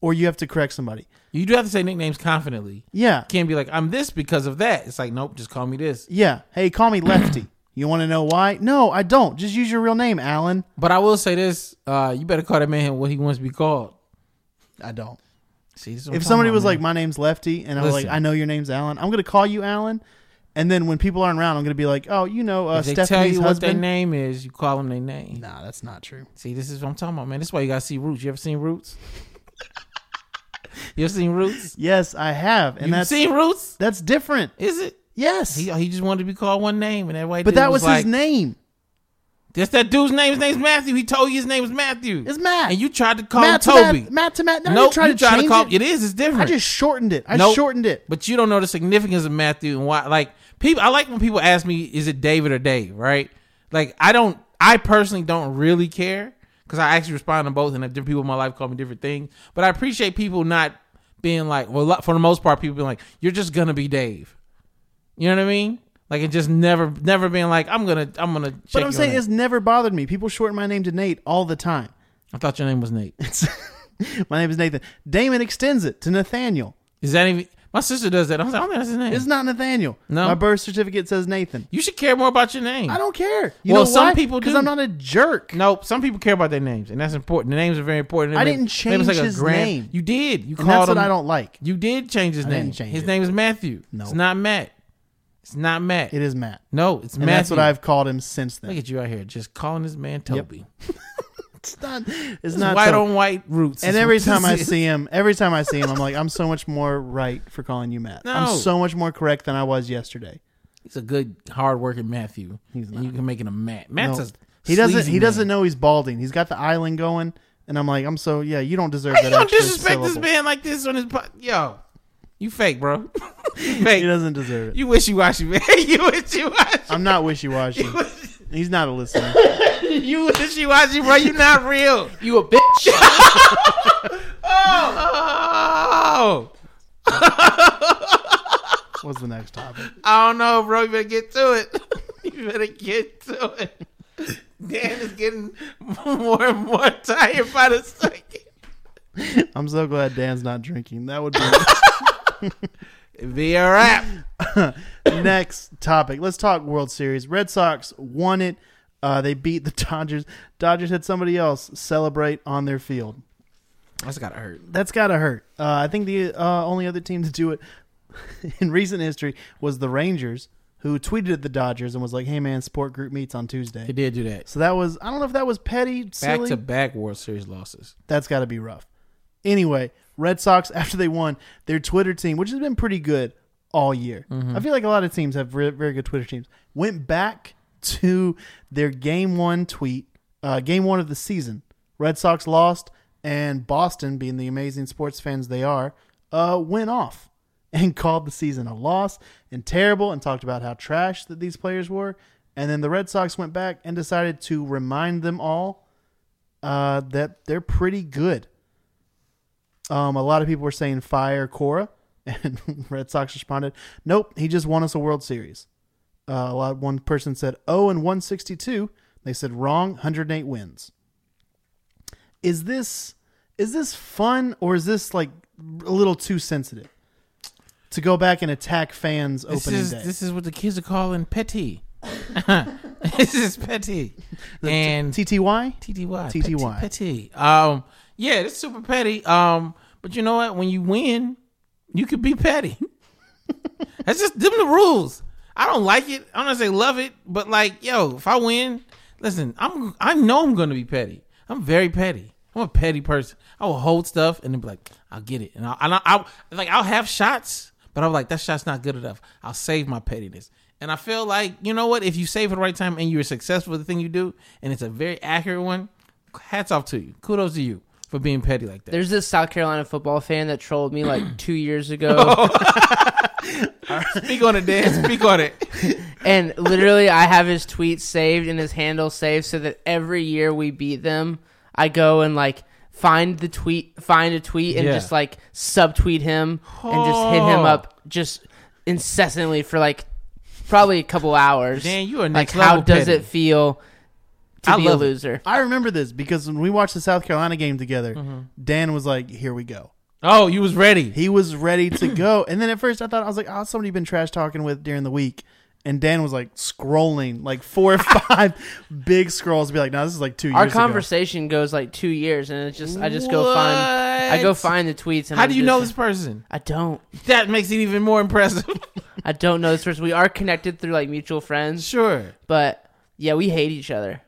A: or you have to correct somebody.
C: You do have to say nicknames confidently.
A: Yeah.
C: Can't be like I'm this because of that. It's like nope, just call me this.
A: Yeah. Hey, call me Lefty. You want to know why? No, I don't. Just use your real name, Alan.
C: But I will say this: uh, you better call that man what he wants to be called.
A: I don't.
C: See, this is what I'm
A: If somebody
C: talking
A: was
C: about,
A: like, my name's Lefty, and I was like,
C: Listen.
A: I know your name's Alan, I'm going to call you Alan. And then when people aren't around, I'm going to be like, oh, you know, uh,
C: man. if they tell
A: Stephanie's
C: you what their
A: husband.
C: name is, you call them their name.
A: nah, that's not true.
C: See, this is what I'm talking about, man. This is why you gotta see Roots. You ever seen Roots? you ever seen Roots?
A: Yes, I have. And
C: you
A: that's,
C: seen Roots?
A: that's different.
C: Is it?
A: Yes.
C: He, he just wanted to be called one name, and that white.
A: but
C: dude
A: that was,
C: like,
A: his name.
C: That's that dude's name. His name's Matthew. He told you his name was Matthew.
A: It's Matt.
C: And you tried to call
A: Matt
C: him Toby.
A: To Matt, Matt to Matt. No,
C: nope,
A: you tried to change
C: call
A: it.
C: it is. It's different.
A: I just shortened it. I
C: Nope.
A: shortened it.
C: But you don't know the significance of Matthew and why. Like people, I like when people ask me, "Is it David or Dave?" Right? Like I don't. I personally don't really care because I actually respond to both, and different people in my life call me different things. But I appreciate people not being like, well, lo- for the most part, people being like, "You're just gonna be Dave." You know what I mean? Like it just never, never being like, "I'm gonna, I'm gonna." Check
A: But
C: you
A: I'm
C: on
A: saying
C: that."
A: it's never bothered me. People shorten my name to Nate all the time.
C: I thought your name was Nate.
A: It's, my name is Nathan. Damon extends it to Nathaniel.
C: Is that even? My sister does that. I was like, "Oh, that's his name."
A: It's not Nathaniel.
C: No.
A: My birth certificate says Nathan.
C: you should care more about your name.
A: I don't care. You
C: Well,
A: know
C: some
A: why?
C: people
A: because
C: do.
A: I'm not a jerk.
C: Nope. Some people care about their names, and that's important. The names are very important.
A: I
C: Maybe-
A: didn't
C: maybe it's
A: change his name.
C: You did. You
A: and
C: called
A: that's what
C: him.
A: I don't like.
C: You did change his
A: I
C: name.
A: didn't change
C: his
A: it.
C: name is Matthew.
A: No.
C: it's not Matt. It's not Matt.
A: It is Matt.
C: no, it's
A: And
C: Matthew.
A: that's what I've called him since
C: Look
A: then.
C: at you out here, just calling this man Toby.
A: It's not. It's
C: It's
A: not.
C: white
A: so-
C: on white roots.
A: and
C: is
A: every
C: what
A: time I
C: this is.
A: see him, every time I see him, I'm like, I'm so much more right for calling you Matt.
C: No.
A: I'm so much more correct than I was yesterday.
C: he's a good, hardworking Matthew. And you can make it a Matt. Matt's
A: No.
C: a
A: He doesn't.
C: sleazy
A: He
C: man.
A: doesn't know he's balding. He's got the island going, and I'm like, I'm so yeah. You don't deserve
C: How you
A: that.
C: gonna
A: extra
C: disrespect this
A: syllable.
C: man like this on his po- yo? You fake, bro. you fake.
A: He doesn't deserve it.
C: you wishy washy, man. you wishy washy.
A: I'm not wishy washy. He's not a listener.
C: You wishy washy, bro. You not real.
B: You a bitch.
C: Oh,
A: What's the next topic?
C: I don't know, bro. You better get to it. You better get to it. Dan is getting more and more tired by the second.
A: I'm so glad Dan's not drinking. That would
C: It'd Be a wrap.
A: be next topic. Let's talk World Series. Red Sox won it. Uh, they beat the Dodgers. Dodgers had somebody else celebrate on their field.
C: That's gotta hurt.
A: That's gotta hurt. Uh, I think the uh, only other team to do it in recent history was the Rangers, who tweeted at the Dodgers and was like, "Hey man, sport group meets on
C: They
A: Tuesday."
C: did do that.
A: So that was I don't know if that was petty,
C: Back
A: silly.
C: to back World Series losses.
A: That's got to be rough. Anyway, Red Sox after they won their Twitter team, which has been pretty good all year. I feel like a lot of teams have re- very good Twitter teams. Went back to their game one tweet, uh, game one of the season. Red Sox lost, and Boston, being the amazing sports fans they are, uh, went off and called the season a loss and terrible and talked about how trash that these players were. And then the Red Sox went back and decided to remind them all uh, that they're pretty good. Um, a lot of people were saying fire Cora, and Red Sox responded, "Nope, he just won us a World Series." Uh, a lot. One person said, "Oh, and 162." They said, "Wrong, 108 wins." Is this is this fun or is this like a little too sensitive to go back and attack fans
C: This
A: opening
C: is
A: day?
C: this is what the kids are calling petty. this is petty. And
A: TTY.
C: TTY.
A: TTY.
C: Petty. petty. Um, yeah, it's super petty. Um, but you know what? When you win, you could be petty. That's just them the rules. I don't like it. I'm not saying love it, but like, yo, if I win, listen, I'm I know I'm gonna be petty. I'm very petty. I'm a petty person. I will hold stuff and then be like, I'll get it, and I'll, and I'll, I'll like I'll have shots, but I'm like that shot's not good enough. I'll save my pettiness, and I feel like you know what? If you save it the right time and you're successful with the thing you do, and it's a very accurate one, hats off to you. Kudos to you for being petty like that.
B: There's this South Carolina football fan that trolled me like two years ago,
C: speak on it, Dan. Speak on it.
B: and literally I have his tweet saved and his handle saved, so that every year we beat them, I go and like find the tweet, find a tweet, and
C: Yeah.
B: just like subtweet him and just hit him
C: Oh.
B: up just incessantly for like probably a couple hours.
C: Dan, you are
B: like
C: next
B: how
C: level
B: does
C: petty.
B: it feel to
C: I
B: be a
C: love it.
B: loser.
A: I remember this because when we watched the South Carolina game together,
C: Mm-hmm.
A: Dan was like, "Here we go."
C: Oh, you was ready.
A: He was ready to go. And then at first I thought I was like, "Oh, somebody been trash talking with during the week." And Dan was like scrolling like four or five big scrolls to be like, "No, this is like two
B: Our
A: years ago."
B: conversation goes like two years, and it's just I just go find I go
C: What?
B: find the tweets. And
C: How
B: I'm
C: do you
B: just-
C: know this person?
B: I don't.
C: That makes it even more impressive.
B: I don't know this person. We are connected through like mutual friends,
C: sure.
B: but yeah, we hate each other.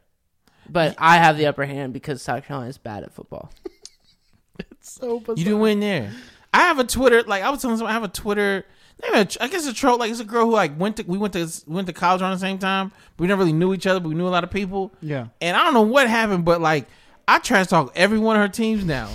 B: But I have the upper hand because South Carolina is bad at football.
A: So bizarre.
C: You do win there. I have a Twitter. Like I was telling someone, I have a Twitter. not even a tr- I guess a troll. Like it's a girl who like went to we went to went to college around the same time. But we never really knew each other, but we knew a lot of people.
A: Yeah.
C: And I don't know what happened, but like I trash talk every one of her teams now.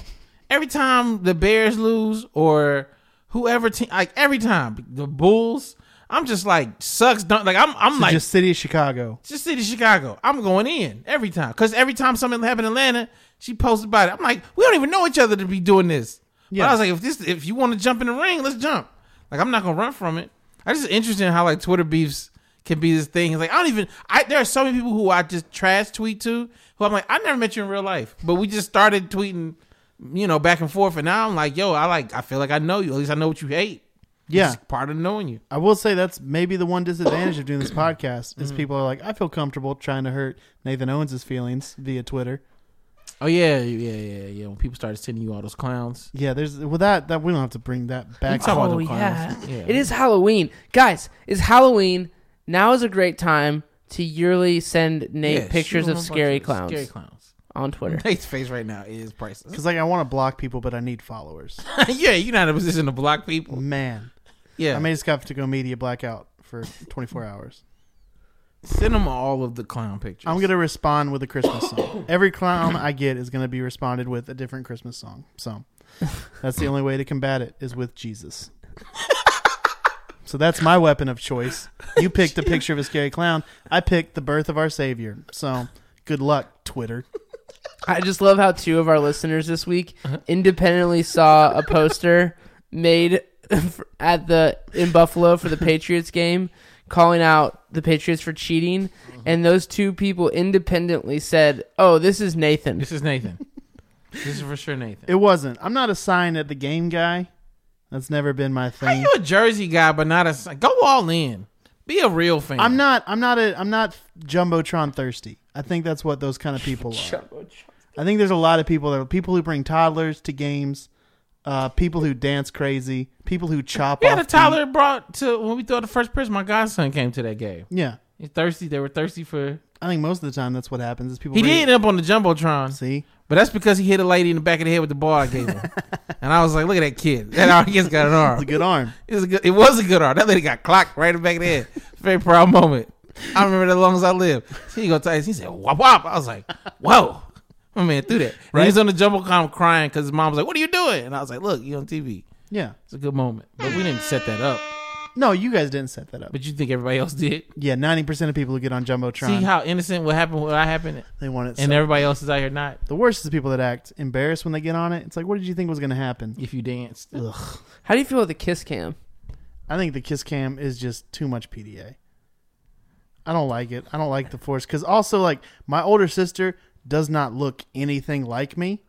C: Every time the Bears lose or whoever team, like every time the Bulls, I'm just like sucks. Don't like I'm I'm
A: So
C: like
A: just city of Chicago.
C: just city of Chicago. I'm going in every time because every time something happened in Atlanta, she posted about it. I'm like, we don't even know each other to be doing this. But
A: Yeah.
C: I was like, if this, if you want to jump in the ring, let's jump. Like I'm not gonna run from it. I just interested in how like Twitter beefs can be this thing. It's like I don't even. I there are so many people who I just trash tweet to who I'm like I never met you in real life, but we just started tweeting, you know, back and forth, and now I'm like, yo, I like I feel like I know you. At least I know what you hate.
A: Yeah.
C: It's part of knowing you.
A: I will say that's maybe the one disadvantage of doing this podcast
C: Mm.
A: is people are like, I feel comfortable trying to hurt Nathan Owens' feelings via Twitter.
C: Oh yeah, yeah, yeah, yeah. When people started sending you all those clowns.
A: Yeah, there's well that that we don't have to bring that back.
C: talk about
B: Oh
C: them
B: yeah.
C: clowns. Yeah.
B: it is Halloween, guys. It's Halloween. Now is a great time to yearly send Nate
C: Yeah,
B: pictures
C: shoot
B: of
C: 'em a bunch
B: scary clowns
C: Scary clowns.
B: on Twitter.
C: Nate's face right now is priceless.
A: Because like I want to block people, but I need followers.
C: yeah, you're not in a position to block people.
A: Man,
C: Yeah,
A: I may just have to go media blackout for 24 hours.
C: send them all of the clown pictures.
A: I'm gonna respond with a Christmas song. Every clown I get is gonna be responded with a different Christmas song. So that's the only way to combat it is with Jesus. So that's my weapon of choice. You picked the picture of a scary clown. I picked the birth of our Savior. So good luck, Twitter.
B: I just love how two of our listeners this week
C: Uh-huh.
B: independently saw a poster made at the in Buffalo for the Patriots game calling out the Patriots for cheating
C: Uh-huh.
B: and those two people independently said, "Oh, this is Nathan."
C: This is Nathan. this is for sure Nathan.
A: It wasn't. I'm not a sign at the game guy. That's never been my
C: How
A: thing.
C: you a Jersey guy, but not a go all in. Be a real fan.
A: I'm not. I'm not a. I'm not jumbotron thirsty. I think that's what those kind of people are. I think there's a lot of people that are people who bring toddlers to games, uh, people who dance crazy, people who chop.
C: We
A: off
C: had a
A: feet.
C: Tyler brought to when we threw the first pitch. My godson came to that game.
A: Yeah,
C: He's thirsty. They were thirsty for.
A: I think most of the time that's what happens. Is people
C: He
A: bring-
C: did end up on the jumbotron.
A: see.
C: But that's because he hit a lady in the back of the head with the ball I gave him. and I was like, look at that kid. That our kid's got an arm.
A: It's a good arm.
C: It was a good, it was a good art. That lady got clocked right in the back of the head. Very proud moment. I remember that as long as I live. He go tight. He said, "Wop wop." I was like, "Whoa." My man threw that. And He was on the jumbo com crying because his mom was like, "What are you doing?" And I was like, "Look, you on TV."
A: Yeah.
C: It's a good moment, but we didn't set that up.
A: No, you guys didn't set that up.
C: But you think everybody else did?
A: yeah, ninety percent of people who get on jumbotron,
C: See how innocent what happened when I happened,
A: they want it.
C: and
A: so-
C: everybody else is out here not.
A: the worst is the people that act embarrassed when they get on it. It's like, what did you think was going to happen?
C: If you danced,
A: Ugh.
B: How do you feel with the kiss cam?
A: I think the kiss cam is just too much PDA. I don't like it. I don't like the force because also like my older sister does not look anything like me,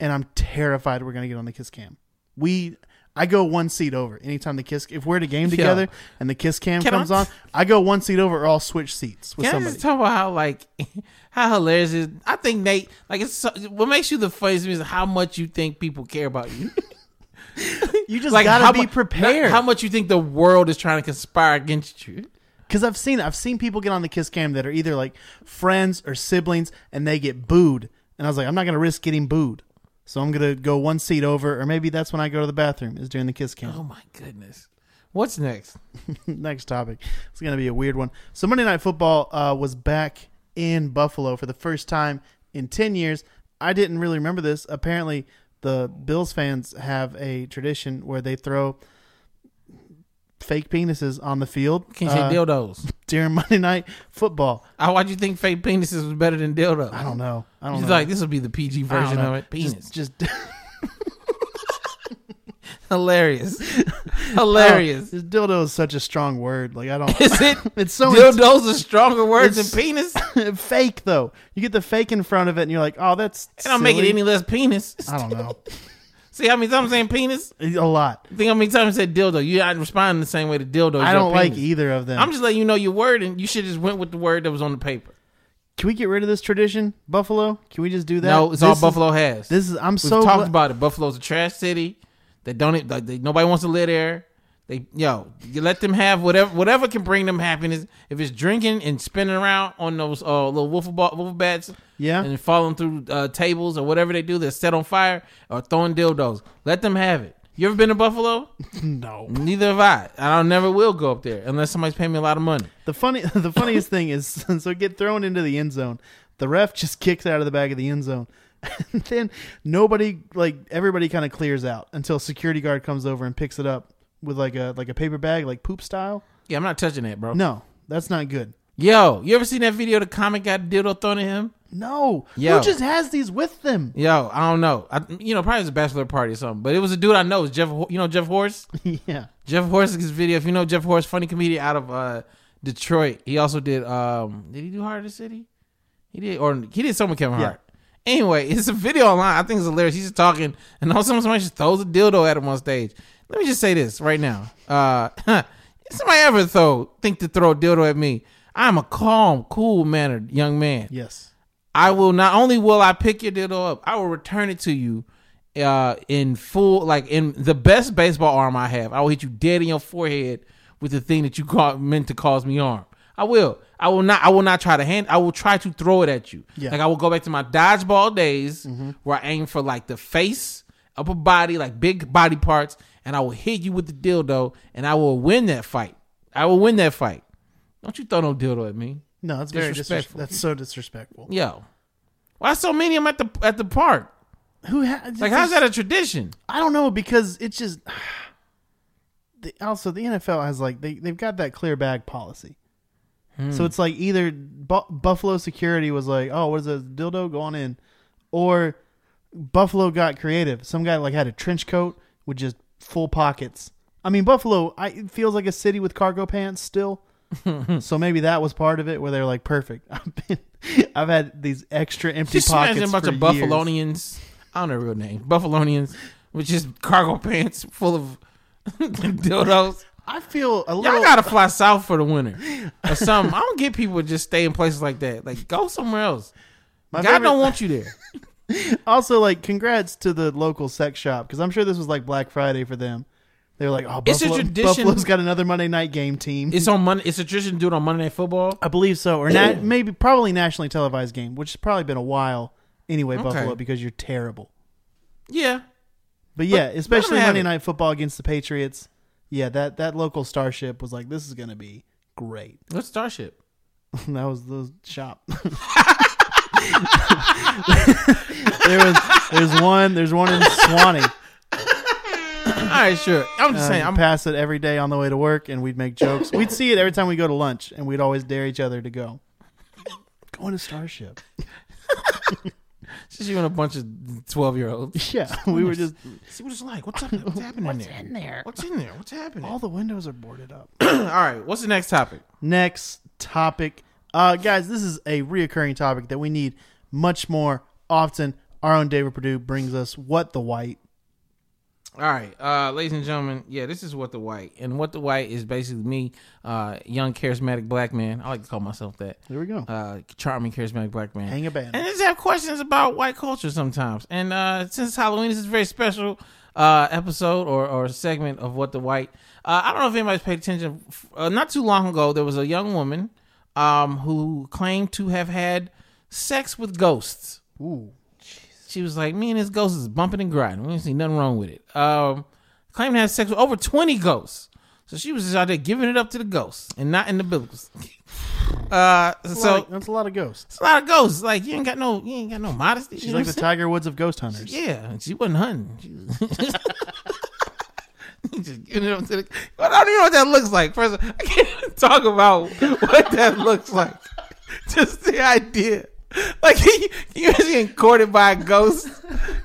A: and I'm terrified we're gonna get on the kiss cam. We, I go one seat over anytime the kiss. If we're at a game together and the kiss cam
C: Can I-
A: comes on, I go one seat over or I'll switch seats with
C: Can I
A: somebody.
C: just talk about how like how hilarious it is? I think Nate like it's so, what makes you the funniest is how much you think people care about you.
A: you just
C: like
A: gotta
C: how
A: be
C: mu-
A: prepared.
C: not How much you think the world is trying to conspire against you?
A: Because I've seen I've seen people get on the kiss cam that are either like friends or siblings, and they get booed. And I was like, I'm not gonna risk getting booed, so I'm gonna go one seat over, or maybe that's when I go to the bathroom is during the kiss
C: Oh
A: cam.
C: my goodness. What's next?
A: Next topic, it's gonna be a weird one. So Monday Night Football uh, was back in Buffalo for the first time in ten years. I didn't really remember this. Apparently, the Bills fans have a tradition where they throw fake penises on the field
C: Can you say
A: uh,
C: dildos?
A: during Monday Night Football.
C: I, why'd you think fake penises was better than dildos?
A: I don't know. I don't
C: She's
A: know.
C: like, this will be the PG
A: I don't
C: version
A: know.
C: of it. Penis.
A: Just, just
C: hilarious, hilarious.
A: This dildo is such a strong word. Like I don't.
C: Is it?
A: Oh. It's so
C: dildos are stronger words
A: It's-
C: than penis. And
A: fake though. You get the fake in front of it, and you're like, oh, that's.
C: I don't make it
A: silly.
C: any less penis.
A: I don't know.
C: See how many times I'm saying penis?
A: A lot.
C: Think how many times I said dildo. You're not responding the same way to dildo. as
A: I
C: your
A: don't like
C: penis.
A: either of them.
C: I'm just letting you know your word, and you should just went with the word that was on the paper.
A: Can we get rid of this tradition, Buffalo? Can we just do that?
C: no, it's
A: This
C: all
A: is-
C: Buffalo has.
A: This is. I'm
C: We've
A: so.
C: talked
A: gla-
C: about it. Buffalo's a trash city. They don't e, like they, nobody wants to live there. They yo, you let them have whatever whatever can bring them happiness. If it's drinking and spinning around on those uh, little wiffle ball wiffle bats,
A: Yeah.
C: and falling through uh, tables or whatever they do, they're set on fire or throwing dildos. Let them have it. You ever been to Buffalo?
A: no.
C: Neither have I. I don't- never will go up there unless somebody's paying me a lot of money.
A: The funny, the funniest thing is, so get thrown into the end zone. The ref just kicks out of the back of the end zone, and then nobody, like everybody, kind of clears out until security guard comes over and picks it up with like a like a paper bag, like poop style.
C: Yeah, I'm not touching that, bro.
A: No, that's not good.
C: Yo, you ever seen that video? of The comic got a dildo thrown at him.
A: No,
C: Yo.
A: who just has these with them?
C: Yo, I don't know. I, you know, probably it was a bachelor party or something. But it was a dude I know. It was Jeff, Ho- you know, Jeff Horse.
A: yeah,
C: Jeff Horse's video. If you know Jeff Horse, funny comedian out of uh, Detroit. He also did. um Did he do Heart of the City? He did, or he did some with Kevin
A: Yeah.
C: Hart. Anyway, it's a video online. I think it's hilarious. He's just talking, and all of a sudden somebody just throws a dildo at him on stage. Let me just say this right now. Uh, if somebody ever throw think to throw a dildo at me, I'm a calm, cool mannered young man.
A: yes,
C: I will not only will I pick your dildo up, I will return it to you uh in full like in the best baseball arm I have. I will hit you dead in your forehead with the thing that you ca- meant to cause me harm. I will. I will not I will not try to hand I will try to throw it at you.
A: Yeah.
C: Like I will go back to my dodgeball days where I aim for like the face, upper body, like big body parts, and I will hit you with the dildo and I will win that fight. I will win that fight. Don't you throw no dildo at me.
A: no, that's very disrespectful.
C: Disrespectful.
A: That's so disrespectful.
C: Yo, why so many of them at the at the park?
A: Who has
C: Like, how's that a tradition?
A: I don't know because it's just. The, also, the NFL has like they they've got that clear bag policy,
C: Hmm.
A: so it's like either Bu- Buffalo security was like, "Oh, what is this dildo? Go on in," or Buffalo got creative. Some guy like had a trench coat with just full pockets. I mean, Buffalo, I, it feels like a city with cargo pants still. so maybe that was part of it, where they're like, "Perfect." I've been, I've had these extra empty
C: Just
A: pockets
C: imagine a bunch
A: for
C: of
A: years.
C: Buffalonians. I don't know their real name. Buffalonians with just cargo pants full of dildos.
A: I feel a little.
C: Y'all gotta fly south for the winter or something. I don't get people just stay in places like that. Like, go somewhere else.
A: My
C: God
A: favorite-
C: don't want you there.
A: also like congrats to the local sex shop because i'm sure this was like black friday for them they were like oh
C: It's a
A: Buffalo,
C: tradition-
A: buffalo's got another monday night game team
C: It's on Monday. It's a tradition to do it on Monday Night Football.
A: i believe so or not maybe probably nationally televised game which has probably been a while anyway buffalo because you're terrible
C: Yeah,
A: but yeah
C: let
A: especially
C: them have
A: monday
C: it.
A: night football against the patriots yeah that that local starship was like this is gonna be great
C: what's Starship?
A: that was the shop there was there's one there's one in swanee
C: All right, sure. I'm just saying.
A: i
C: I'm
A: Um, pass it every day on the way to work, and we'd make jokes. we'd see it every time we go to lunch, and we'd always dare each other to go. Going to Starship.
C: just you and a bunch of twelve year olds.
A: Yeah, we were just
C: See what it's like. What's up? What's happening in there? What's in there? What's in there? What's happening?
A: all the windows are boarded up.
C: All right. What's the next topic?
A: Next topic, uh, guys. This is a reoccurring topic that we need much more often. Our own David Perdue brings us what the white.
C: All right, uh, ladies and gentlemen. Yeah, this is what the white and what the white is basically me, uh, young charismatic black man. I like to call myself that.
A: There we go.
C: Uh, charming charismatic black man.
A: Hang a banner.
C: And just have questions about white culture sometimes. And uh, since Halloween, this is a very special uh, episode or, or segment of What the White. Uh, I don't know if anybody's paid attention. F- Uh, not too long ago, there was a young woman um, who claimed to have had sex with ghosts
A: Ooh,
C: she was like, "Me and this ghost is bumping and grinding. We ain't seen nothing wrong with it." Um, claimed to have sex with over twenty ghosts, so she was just out there giving it up to the ghosts and not in the biblical. uh,
A: so
C: so
A: that's a lot of ghosts.
C: it's a lot of ghosts. Like you ain't got no, you ain't got no modesty.
A: She's like the Tiger Woods of ghost hunters.
C: Yeah, she wasn't hunting. She was just giving it up to the. I don't even know what that looks like. First, of all, I can't even talk about what that looks like. Just the idea. Like, you, you imagine getting courted by a ghost?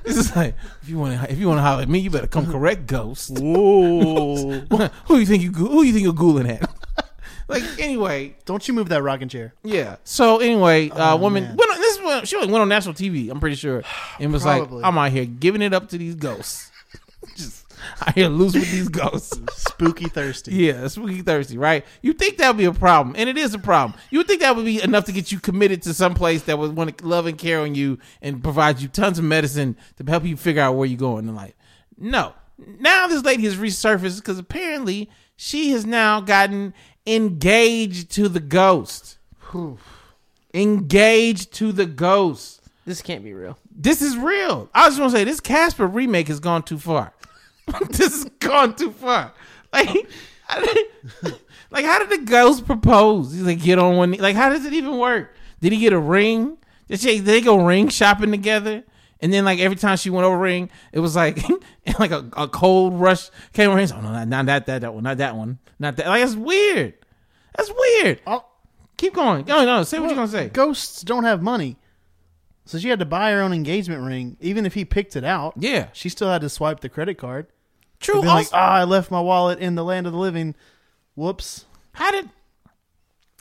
C: It's just like, If you want to, if you want to holler at me, you better come correct, ghost.
A: Whoa.
C: who you think you goo- who you think you're ghouling at? like anyway,
A: Don't you move that rocking chair.
C: yeah. So anyway, uh, woman,
A: Oh, man.
C: went on, this one, she went on national TV. I'm pretty sure, and was
A: Probably.
C: like, I'm out here giving it up to these ghosts. Just out here loose with these ghosts.
A: Spooky thirsty.
C: Yeah, spooky Thursday, right? You think that would be a problem, and it is a problem. You would think that would be enough to get you committed to some place that would want to love and care on you and provide you tons of medicine to help you figure out where you're going in life. No, now this lady has resurfaced because apparently she has now gotten engaged to the ghost. Engaged to the ghost.
B: This can't be real.
C: This is real. I just want to say this Casper remake has gone too far. this has gone too far. Like, how did, like how did the ghost propose? He's like, get on one. knee. Like, how does it even work? Did he get a ring? Did, she, did they go ring shopping together? And then, like every time she went over ring, it was like, like a, a cold rush came over. He's like, oh no, not, not that, that, that one, not that one, not that. Like that's weird. That's weird.
A: Oh,
C: Keep going. No, no, say what you're gonna say.
A: Ghosts don't have money. So she had to buy her own engagement ring. Even if he picked it out,
C: Yeah,
A: she still had to swipe the credit card.
C: true.
A: Been like,
C: also-
A: ah, I left my wallet in the land of the living. Whoops.
C: How did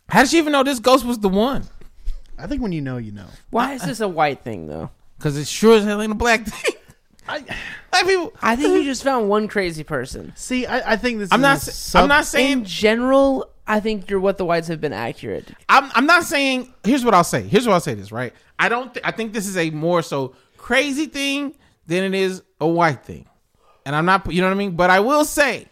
C: How did she even know this ghost was the one?
A: I think when you know, you know.
B: Why is this a white thing though?
C: Because it sure as hell ain't a black thing.
A: I
C: Black people.
B: I think you just found one crazy person.
A: see. I, I think this.
C: I'm
A: is
C: not.
A: a
C: sa-
A: sub-
C: I'm not
B: In
C: saying.
B: general, I think you're what the whites have been accurate.
C: I'm. I'm not saying. Here's what I'll say. Here's what I'll say. This right. I don't. Th- I think this is a more so crazy thing than it is a white thing. And I'm not. You know what I mean. But I will say,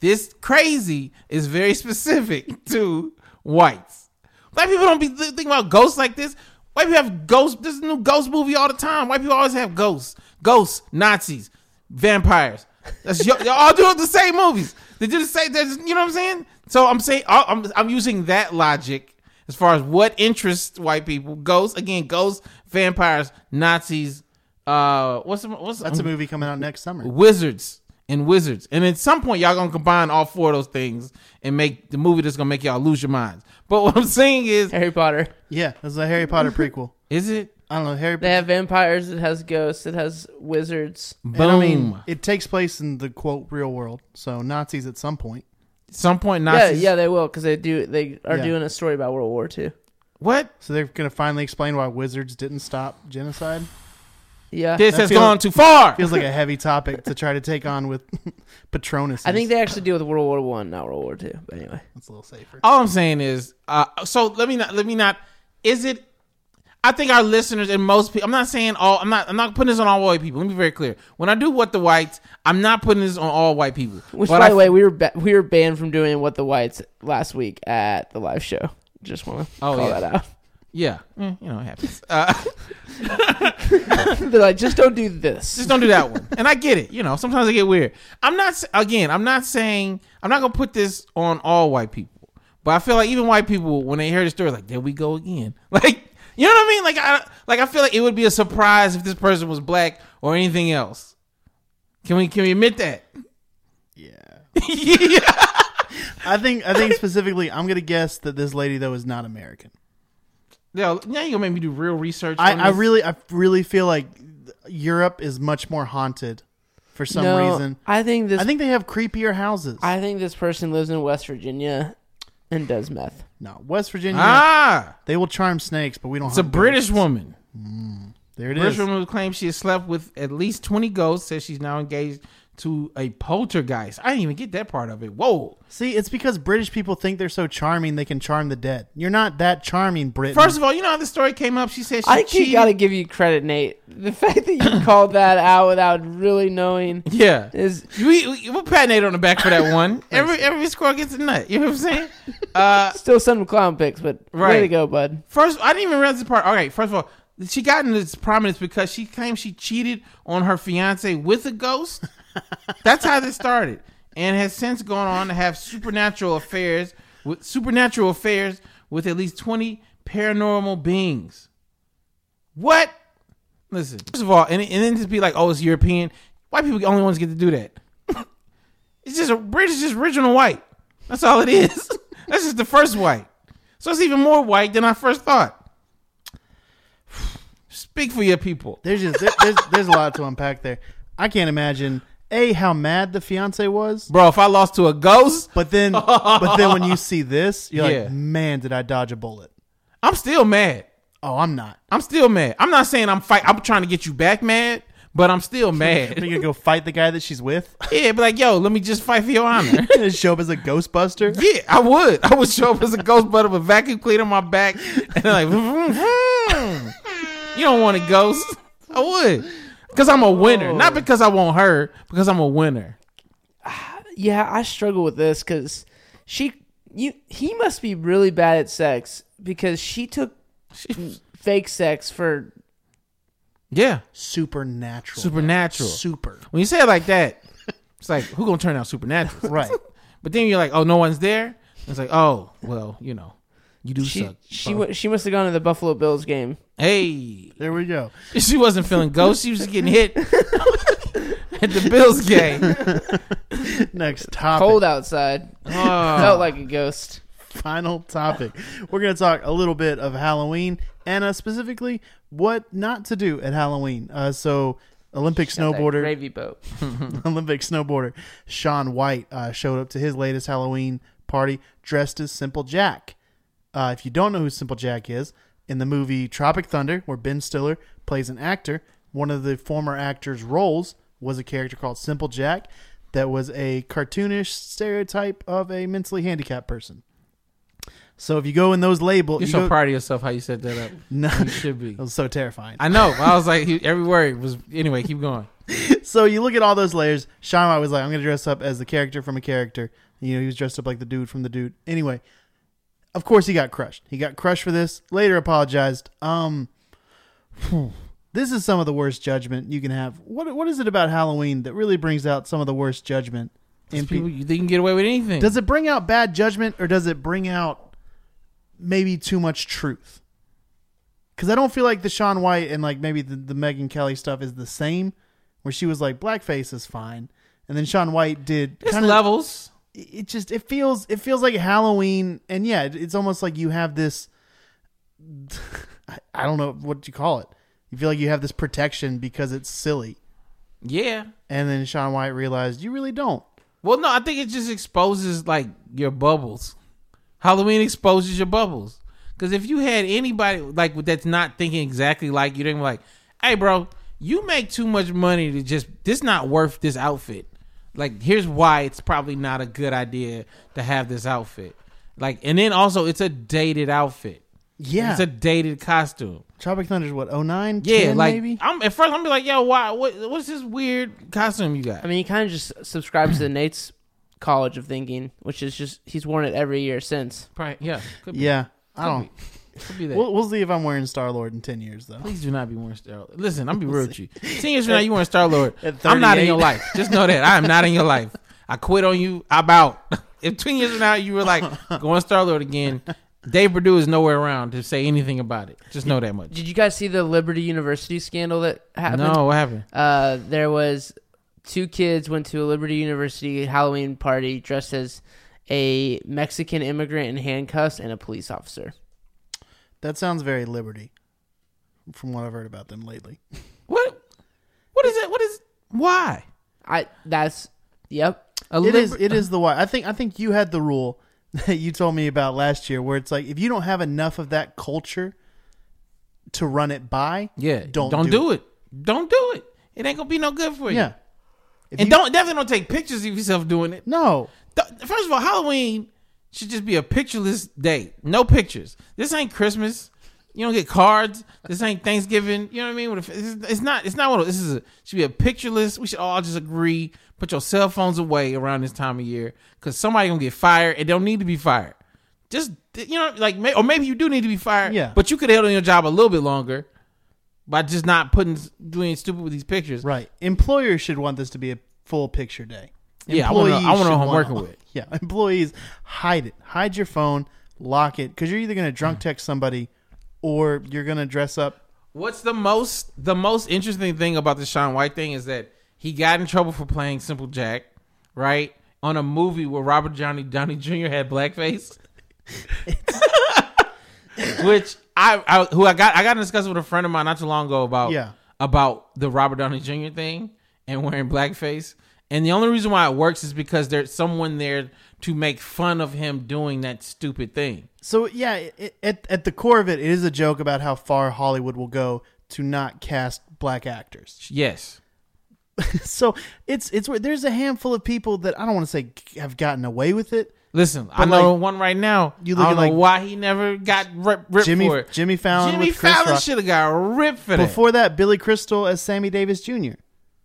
C: this crazy is very specific to whites. Black people don't be th- thinking about ghosts like this. White people have ghosts. This is a new ghost movie all the time. White people always have ghosts, ghosts, Nazis, vampires. That's y'all, y'all all doing the same movies. They do the same. That's, you know what I'm saying? So I'm saying I- I'm I'm using that logic as far as what interests white people. Ghosts again, ghosts, vampires, Nazis. Uh, what's the, what's
A: That's a movie coming out next summer.
C: wizards and wizards and at some point y'all gonna combine all four of those things and make the movie that's gonna make y'all lose your minds but what i'm saying is
B: Harry Potter.
A: Yeah, it's a Harry Potter prequel.
C: is it
A: I don't know Harry.
B: They have vampires. It has ghosts. It has wizards.
C: boom
A: and I mean, it takes place in the quote real world, so Nazis at some point.
C: some point
B: Yeah,
C: nazis
B: yeah, they will because they do. They are
A: Yeah.
B: doing a story about World War II.
C: what
A: So they're gonna finally explain why wizards didn't stop genocide.
B: Yeah,
C: this
A: That
C: has
A: feels-
C: gone too far
A: Feels like a heavy topic to try to take on with Patronus.
B: I think they actually deal with World War One, not World War Two. But anyway,
A: that's a little safer.
C: all i'm saying is uh so let me not let me not is it I think our listeners and most people. I'm not saying all. I'm not. I'm not putting this on all white people. Let me be very clear. When I do what the whites, I'm not putting this on all white people.
B: which
C: But
B: by
C: I
B: the way, we were ba- we were banned from doing what the whites last week at the live show. Just want to
C: Oh,
B: call
C: yeah.
B: that out.
C: yeah, Mm, you know it happens. Uh,
B: They're like, just don't do this.
C: just don't do that one. And I get it. You know, sometimes I get weird. I'm not s- again. I'm not saying I'm not gonna put this on all white people, but I feel like even white people when they hear the story, like there we go again. Like you know what I mean? Like I like I feel like it would be a surprise if this person was black or anything else. Can we can we admit that?
A: Yeah.
C: yeah.
A: I think I think specifically, I'm gonna guess that this lady though is not American.
C: Now, now you gonna make me do real research. on
A: I, I
C: this.
A: really I really feel like Europe is much more haunted for some
B: no,
A: reason.
B: I think this.
A: I think they have creepier houses.
B: I think this person lives in West Virginia and does meth.
A: no, West Virginia,
C: ah.
A: they will charm snakes, but we don't.
C: It's a
A: hunt
C: British
A: ghosts.
C: woman.
A: There it
C: British
A: is.
C: woman who claims she has slept with at least 20 ghosts says she's now engaged to a poltergeist. I didn't even get that part of it. Whoa.
A: See, it's because British people think they're so charming they can charm the dead. You're not that charming, Britain.
C: First of all, you know how the story came up? She said she
B: I
C: cheated.
B: think gotta give you credit, Nate. The fact that you called that out without really knowing
C: yeah.
B: is
C: We, we, we'll pat Nate on the back for that one. every every squirrel gets a nut. You know what I'm saying? Uh,
B: still some clown picks, but way to
C: Right.
B: go, bud.
C: first, I didn't even realize this part. All right, first of all, she got into this prominence because she claims she cheated on her fiance with a ghost. That's how this started, and has since gone on to have supernatural affairs with supernatural affairs with at least twenty paranormal beings. What? Listen, first of all, and, and then just be like, oh, it's European. White people are the only ones get to do that. it's just a British, just original white. That's all it is. That's just the first white. So it's even more white than I first thought. Speak for your people.
A: There's just there- there's there's a lot to unpack there. I can't imagine a how mad the fiance was,
C: Bro, if I lost to a ghost,
A: but then but then when you see this, you're
C: Yeah.
A: like, man, did I dodge a bullet?
C: I'm still mad.
A: Oh, I'm not.
C: I'm still mad. I'm not saying I'm fight. I'm trying to get you back mad, but I'm still
A: Are
C: mad.
A: you gonna go fight the guy that she's with?
C: yeah, but like, yo, let me just fight for your honor.
A: Show up as a Ghostbuster.
C: yeah, I would. I would show up as a ghost, but with a vacuum cleaner on my back, and like, vroom, vroom. you don't want a ghost. I would, because I'm a winner, not because I want her, because I'm a winner.
B: yeah, I struggle with this because she, you, he must be really bad at sex because she took fake sex for
C: Yeah,
A: Supernatural.
C: supernatural.
A: Super.
C: when you say it like that, it's like who gonna turn out supernatural?
A: Right.
C: But then you're like, oh, no one's there. It's like, oh, well, you know, you do
B: she.
C: suck.
B: She
C: bro.
B: wa- she must have gone to the Buffalo Bills game.
C: hey,
A: There we go.
C: She wasn't feeling ghost. She was just getting hit at the Bills game.
A: Next topic.
B: Cold outside,
C: Uh,
A: Oh.
B: felt like a ghost.
A: final topic. We're going to talk a little bit of Halloween and uh, specifically what not to do at Halloween. Uh, so, Olympic
B: That
A: snowboarder,
B: gravy boat.
A: Olympic snowboarder Sean White uh, showed up to his latest Halloween party dressed as Simple Jack. Uh, if you don't know who Simple Jack is, in the movie Tropic Thunder, where Ben Stiller plays an actor, one of the former actor's roles was a character called Simple Jack that was a cartoonish stereotype of a mentally handicapped person. So if you go in those labels,
C: You're
A: you
C: so
A: go-
C: proud of yourself how you set that up.
A: No,
C: You
A: that
C: should be.
A: was so terrifying.
C: I know. I was like, he- every word was. Anyway, keep going.
A: so you look at all those layers. Sean White was like, I'm going to dress up as the character from a character. You know, he was dressed up like the dude from the dude. Anyway, of course he got crushed. He got crushed for this. Later apologized. Um, this is some of the worst judgment you can have. What What is it about Halloween that really brings out some of the worst judgment? in
C: People,
A: people?
C: you think you can get away with anything?
A: Does it bring out bad judgment or does it bring out maybe too much truth? Because I don't feel like the Sean White and like maybe the, the Megan Kelly stuff is the same, where she was like blackface is fine, and then Sean White did
C: it's
A: kind of.
C: levels.
A: It just it feels it feels like Halloween, and yeah, it- it's almost like you have this. I, I don't know what you call it. You feel like you have this protection because it's silly,
C: Yeah.
A: and then Sean White realized you really don't.
C: Well, no, I think it just exposes like your bubbles. Halloween exposes your bubbles. Because if you had anybody like that's not thinking exactly like you, they're gonna be like, "Hey, bro, you make too much money to just this. Not worth this outfit. Like, here's why it's probably not a good idea to have this outfit. Like, and then also it's a dated outfit.
A: Yeah,
C: It's a dated costume.
A: Tropic Thunder's what 09?
C: Yeah,
A: 10
C: like
A: maybe?
C: I'm at first I'm be like, yo, why? What, what's this weird costume you got?
B: I mean, he kind of just subscribes to Nate's college of thinking, which is just he's worn it every year since.
C: Probably, yeah, could be,
A: Yeah, I don't.
C: could be that.
A: We'll, we'll see if I'm wearing Star Lord in ten years, though.
C: Please do not be wearing Star. Listen, I'm be real with you. Ten years from now, you wearing Star Lord.
A: At
C: I'm not in your
A: 38.
C: life. Just know that I am not in your life. I quit on you. I'm out. If ten years from now you were like going Star Lord again, Dave Perdue is nowhere around to say anything about it. Just know that much.
B: Did you guys see the Liberty University scandal that happened?
C: No, what happened?
B: Uh, there was two kids went to a Liberty University Halloween party dressed as a Mexican immigrant in handcuffs and a police officer.
A: That sounds very Liberty, from what I've heard about them lately.
C: What? What is it? What is? Why?
B: I that's yep.
C: A
A: It is.
C: liber-
A: It is the why. I think. I think you had the rule that you told me about last year, where it's like if you don't have enough of that culture to run it by,
C: Yeah.
A: don't
C: Don't
A: do
C: do it. Don't do it. It ain't gonna be no good for you.
A: yeah,
C: And don't definitely don't take pictures of yourself doing it.
A: no,
C: Th- First of all, Halloween should just be a pictureless day. No pictures. This ain't Christmas. You don't get cards. This ain't Thanksgiving. You know what I mean? What if- It's it's not. It's not one. Of, this is a, should be a pictureless. We should all just agree. Put your cell phones away around this time of year because somebody gonna get fired. It don't need to be fired. Just you know, like may, or maybe you do need to be fired.
A: Yeah.
C: But you could have held on your job a little bit longer by just not putting doing stupid with these pictures.
A: right. Employers should want this to be a full picture day.
C: Yeah, I wanna know- I
A: Employees
C: wanna know who
A: should
C: I'm
A: want-
C: working with.
A: Yeah, employees hide it. Hide your phone. Lock it because you're either gonna drunk
C: Mm.
A: text somebody, or you're gonna dress up
C: What's the most the most interesting thing about the Sean White thing is that he got in trouble for playing Simple Jack, right? On a movie where Robert Johnny Downey Jr. had blackface. Which I, I who I got I got in discussion with a friend of mine not too long ago about
A: Yeah.
C: about the Robert Downey Jr. thing. and wearing blackface. And the only reason why it works is because there's someone there to make fun of him doing that stupid thing.
A: So yeah, i- i at at the core of it, it is a joke about how far Hollywood will go to not cast black actors.
C: Yes.
A: so it's it's weird. there's a handful of people that I don't want to say g- have gotten away with it.
C: Listen, I
A: But,
C: know
A: like,
C: one right now.
A: you
C: You I
A: looking
C: don't know
A: like-
C: why he never got rip, ripped
A: Jimmy
C: for it.
A: Jimmy Fallon
C: Jimmy
A: with Chris
C: Fallon
A: Rock.
C: should have got ripped for that.
A: Before that, Billy Crystal as Sammy Davis Jr.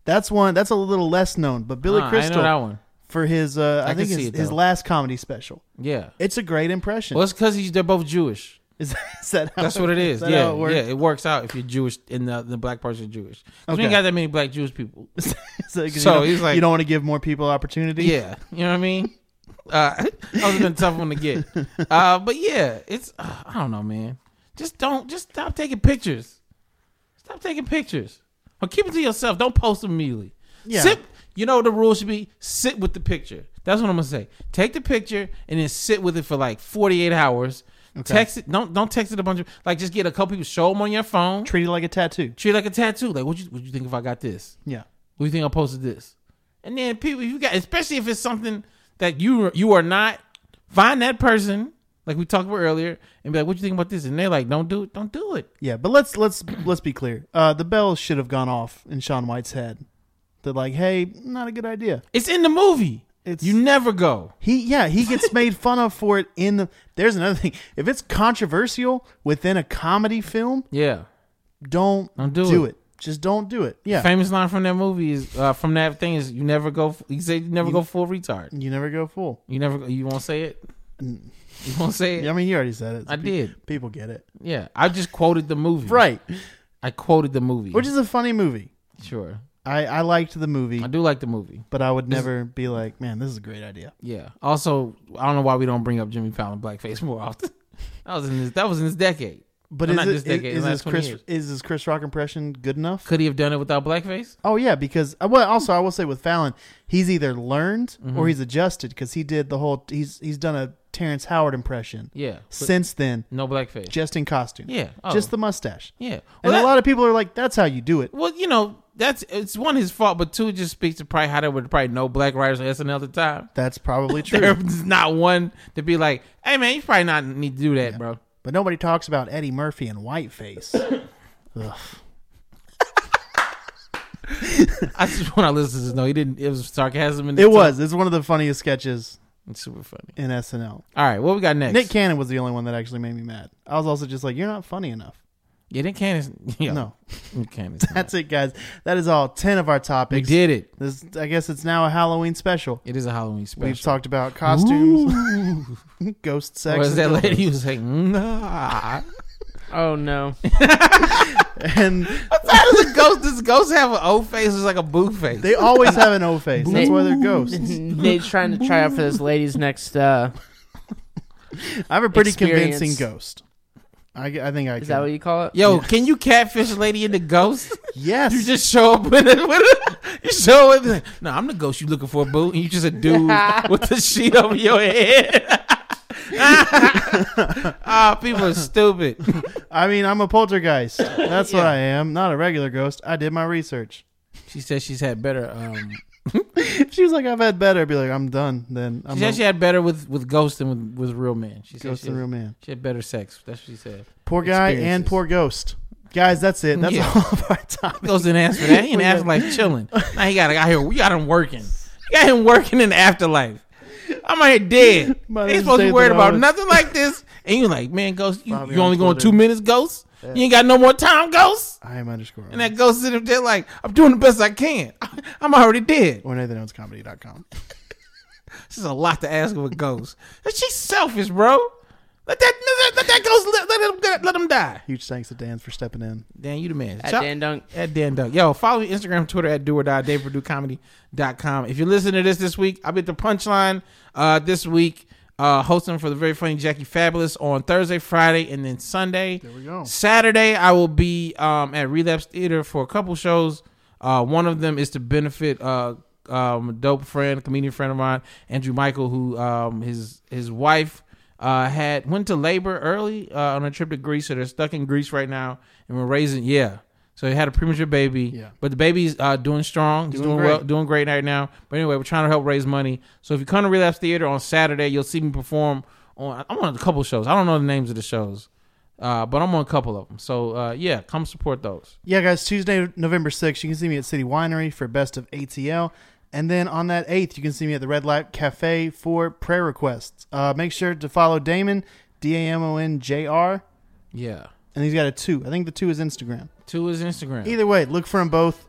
A: That's one. That's a little less known, but Billy
C: Uh, I know
A: Crystal
C: that one.
A: for his uh, I,
C: can
A: think
C: see
A: his,
C: it,
A: his
C: though.
A: last comedy special.
C: Yeah.
A: It's a great impression.
C: Well, it's because they're both Jewish.
A: Is that, is that how,
C: That's what it is.
A: that
C: yeah,
A: how it works?
C: yeah, it works out if you're Jewish and the, the black person Jewish. 'Cause We
A: Okay.
C: ain't got that many black Jewish people.
A: so 'cause
C: So
A: you,
C: he's
A: don't,
C: like-
A: you don't want to give more people opportunity.
C: Yeah, you know what I mean. Uh, that was a tough one to get. Uh, but yeah, it's uh, I don't know, man. Just don't just stop taking pictures. Stop taking pictures or keep it to yourself. Don't post them immediately.
A: Yeah.
C: Sit. You know what the rule should be sit with the picture. That's what I'm gonna say. Take the picture and then sit with it for like 48 hours. Text it. Don't don't text it a bunch of like. Just get a couple people. Show them on your phone.
A: treat it like a tattoo.
C: Treat it like a tattoo. Like what you what you think if I got this?
A: Yeah.
C: What do you think I posted this? And then people, you got, especially if it's something that you you are not, find that person like we talked about earlier, and be like, "What you think about this?" And they're like, "Don't do it, don't do it."
A: Yeah, but let's let's let's be clear. Uh, the bell should have gone off in Sean White's head. They're like, hey, not a good idea.
C: It's in the movie.
A: It's-
C: you never go.
A: He yeah, he gets made fun of for it in the. There's another thing. If it's controversial within a comedy film,
C: Yeah.
A: don't,
C: Don't do it.
A: it. Just don't do it. Yeah,
C: Famous line from that movie is uh, from that thing is you never go. You say you never go full retard.
A: you never go full.
C: You never. go You won't say it. You won't say it.
A: Yeah, I mean, you already said it.
C: I did.
A: People get it
C: Yeah. I just quoted the movie.
A: right,
C: I quoted the movie.
A: which is a funny movie.
C: sure.
A: I I liked the movie,
C: I do like the movie.
A: but I would never be like, man, this is a great idea.
C: Yeah. Also, I don't know why we don't bring up Jimmy Fallon blackface more often. that was in this. That was in this decade.
A: But
C: No,
A: is
C: not
A: it-
C: this
A: is,
C: decade,
A: is
C: last
A: his
C: 20
A: Chris
C: years.
A: is his Chris Rock impression good enough?
C: Could he have done it without blackface?
A: Oh yeah, because uh, well, also I will say with Fallon, he's either learned or
C: Mm-hmm.
A: he's adjusted because he did the whole he's he's done a Terrence Howard impression
C: Yeah. But
A: since then,
C: no blackface.
A: just in costume,
C: Yeah. Oh.
A: just the mustache.
C: yeah.
A: and
C: Well, that-
A: a lot of people are like, "That's how you do it."
C: well, you know, that's it's one his fault, but two it just speaks to probably how there were probably no black writers on SNL at the time.
A: That's probably
C: There
A: true.
C: was not one to be like, "Hey, man, you probably not need to do that, bro."
A: but nobody talks about Eddie Murphy and whiteface. Ugh.
C: I just want our listeners to know he didn't. It was sarcasm. And
A: It was. It's one of the funniest sketches
C: It's super funny.
A: in SNL.
C: All right, what we got next?
A: Nick Cannon was the only one that actually made me mad. I was also just like, "You're not funny enough."
C: yeah, Nick Cannon. Yeah,
A: No,
C: Nick Cannon.
A: that's it, guys. That is all ten of our
C: we
A: topics.
C: did it.
A: This, I guess it's now a Halloween special.
C: It is a Halloween special.
A: We've talked about costumes, ghost sex.
C: Was that
A: and-
C: lady who was like, nah.
B: Oh no.
A: And
C: How does a ghost, does a ghost have an old face or like a boo face?
A: they always have an O face. That's why they're ghosts.
B: Nate's trying to try out for this lady's next. uh
A: I have a pretty
B: Experience.
A: convincing ghost. I, I think I
B: Is
A: can.
B: that what you call it?
C: Yo, can you catfish a lady in the ghost?
A: yes.
C: You just show up with it. With a, you show up. Like, no, I'm the ghost you looking for, boo. And you just a dude with the sheet over your head. ah, people are stupid.
A: I mean, I'm a poltergeist. That's what I am. Not a regular ghost. I did my research.
C: She says she's had better. Um,
A: If she was like, I've had better, I'd be like, I'm done. Then I'm
C: she said she
A: a
C: had better with with ghosts than with, with real men. She said
A: ghost
C: she,
A: and real man.
C: she had better sex. That's what she said.
A: Poor guy and
C: Experiences.
A: poor ghost. Guys, that's it. That's
C: Yeah.
A: all of our topics.
C: goes in and asks for that. He in the afterlife chilling. Now he got out here. We got him working. We got him working in the afterlife. I'm out here dead.
A: Might
C: they
A: as well
C: supposed to
A: stay
C: be
A: at
C: worried
A: the
C: about
A: Robin.
C: nothing like this. And you like, man, Ghost, you,
A: Bobby
C: you
A: on
C: only going
A: Twitter.
C: two minutes, Ghost? You ain't got no more time, Ghost?
A: I am underscore.
C: And that Ghost sitting there like, I'm doing the best I can. I'm already dead.
A: or NathanOwensComedy.com.
C: This is a lot to ask of a Ghost. And She's selfish, bro. Let that, let that, let that Ghost, let, let, him, let him die.
A: Huge thanks to Dan for stepping in.
C: Dan, you the man.
B: At
C: Shout-
B: Dan Dunk.
C: at Dan Duck. Yo, follow me Instagram, Twitter at do or die, Dave Perdue Comedy dot com. If you're listening to this this week, I'll be at the Punchline uh, this week, uh, hosting for the very funny Jackie Fabulous on Thursday, Friday, and then Sunday. There
A: we go.
C: Saturday, I will be um, at Relapse Theater for a couple shows. Uh, one of them is to benefit uh, um, a dope friend, comedian friend of mine, Andrew Michael, who um, his his wife uh, had went to labor early uh, on a trip to Greece, so they're stuck in Greece right now, and we're raising yeah. So he had a premature baby.
A: Yeah.
C: But the baby's uh, doing strong. He's
A: Doing
C: doing well,
A: great.
C: doing great right now. But anyway, we're trying to help raise money. So if you come to Relapse Theater on Saturday, you'll see me perform on. I'm on a couple shows. I don't know the names of the shows, uh, but I'm on a couple of them. So uh, yeah, come support those.
A: Yeah, guys, Tuesday, November 6th, you can see me at City Winery for Best of ATL. And then on that 8th, you can see me at the Red Light Cafe for prayer requests. Uh, make sure to follow Damon, D A M O N J R,
C: Yeah.
A: and he's got a 2. I think the 2 is Instagram.
C: To his Instagram.
A: Either way, look for them both.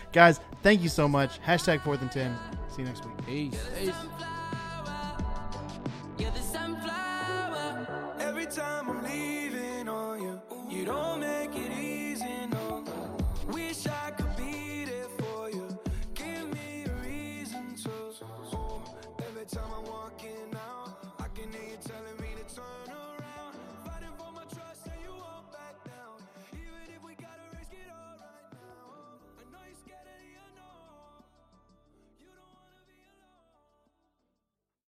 A: guys, thank you so much. Hashtag 4th and 10. See you next week.
C: Peace.
D: You're the sunflower.
E: Every time I'm leaving on you, you don't make it easy, no.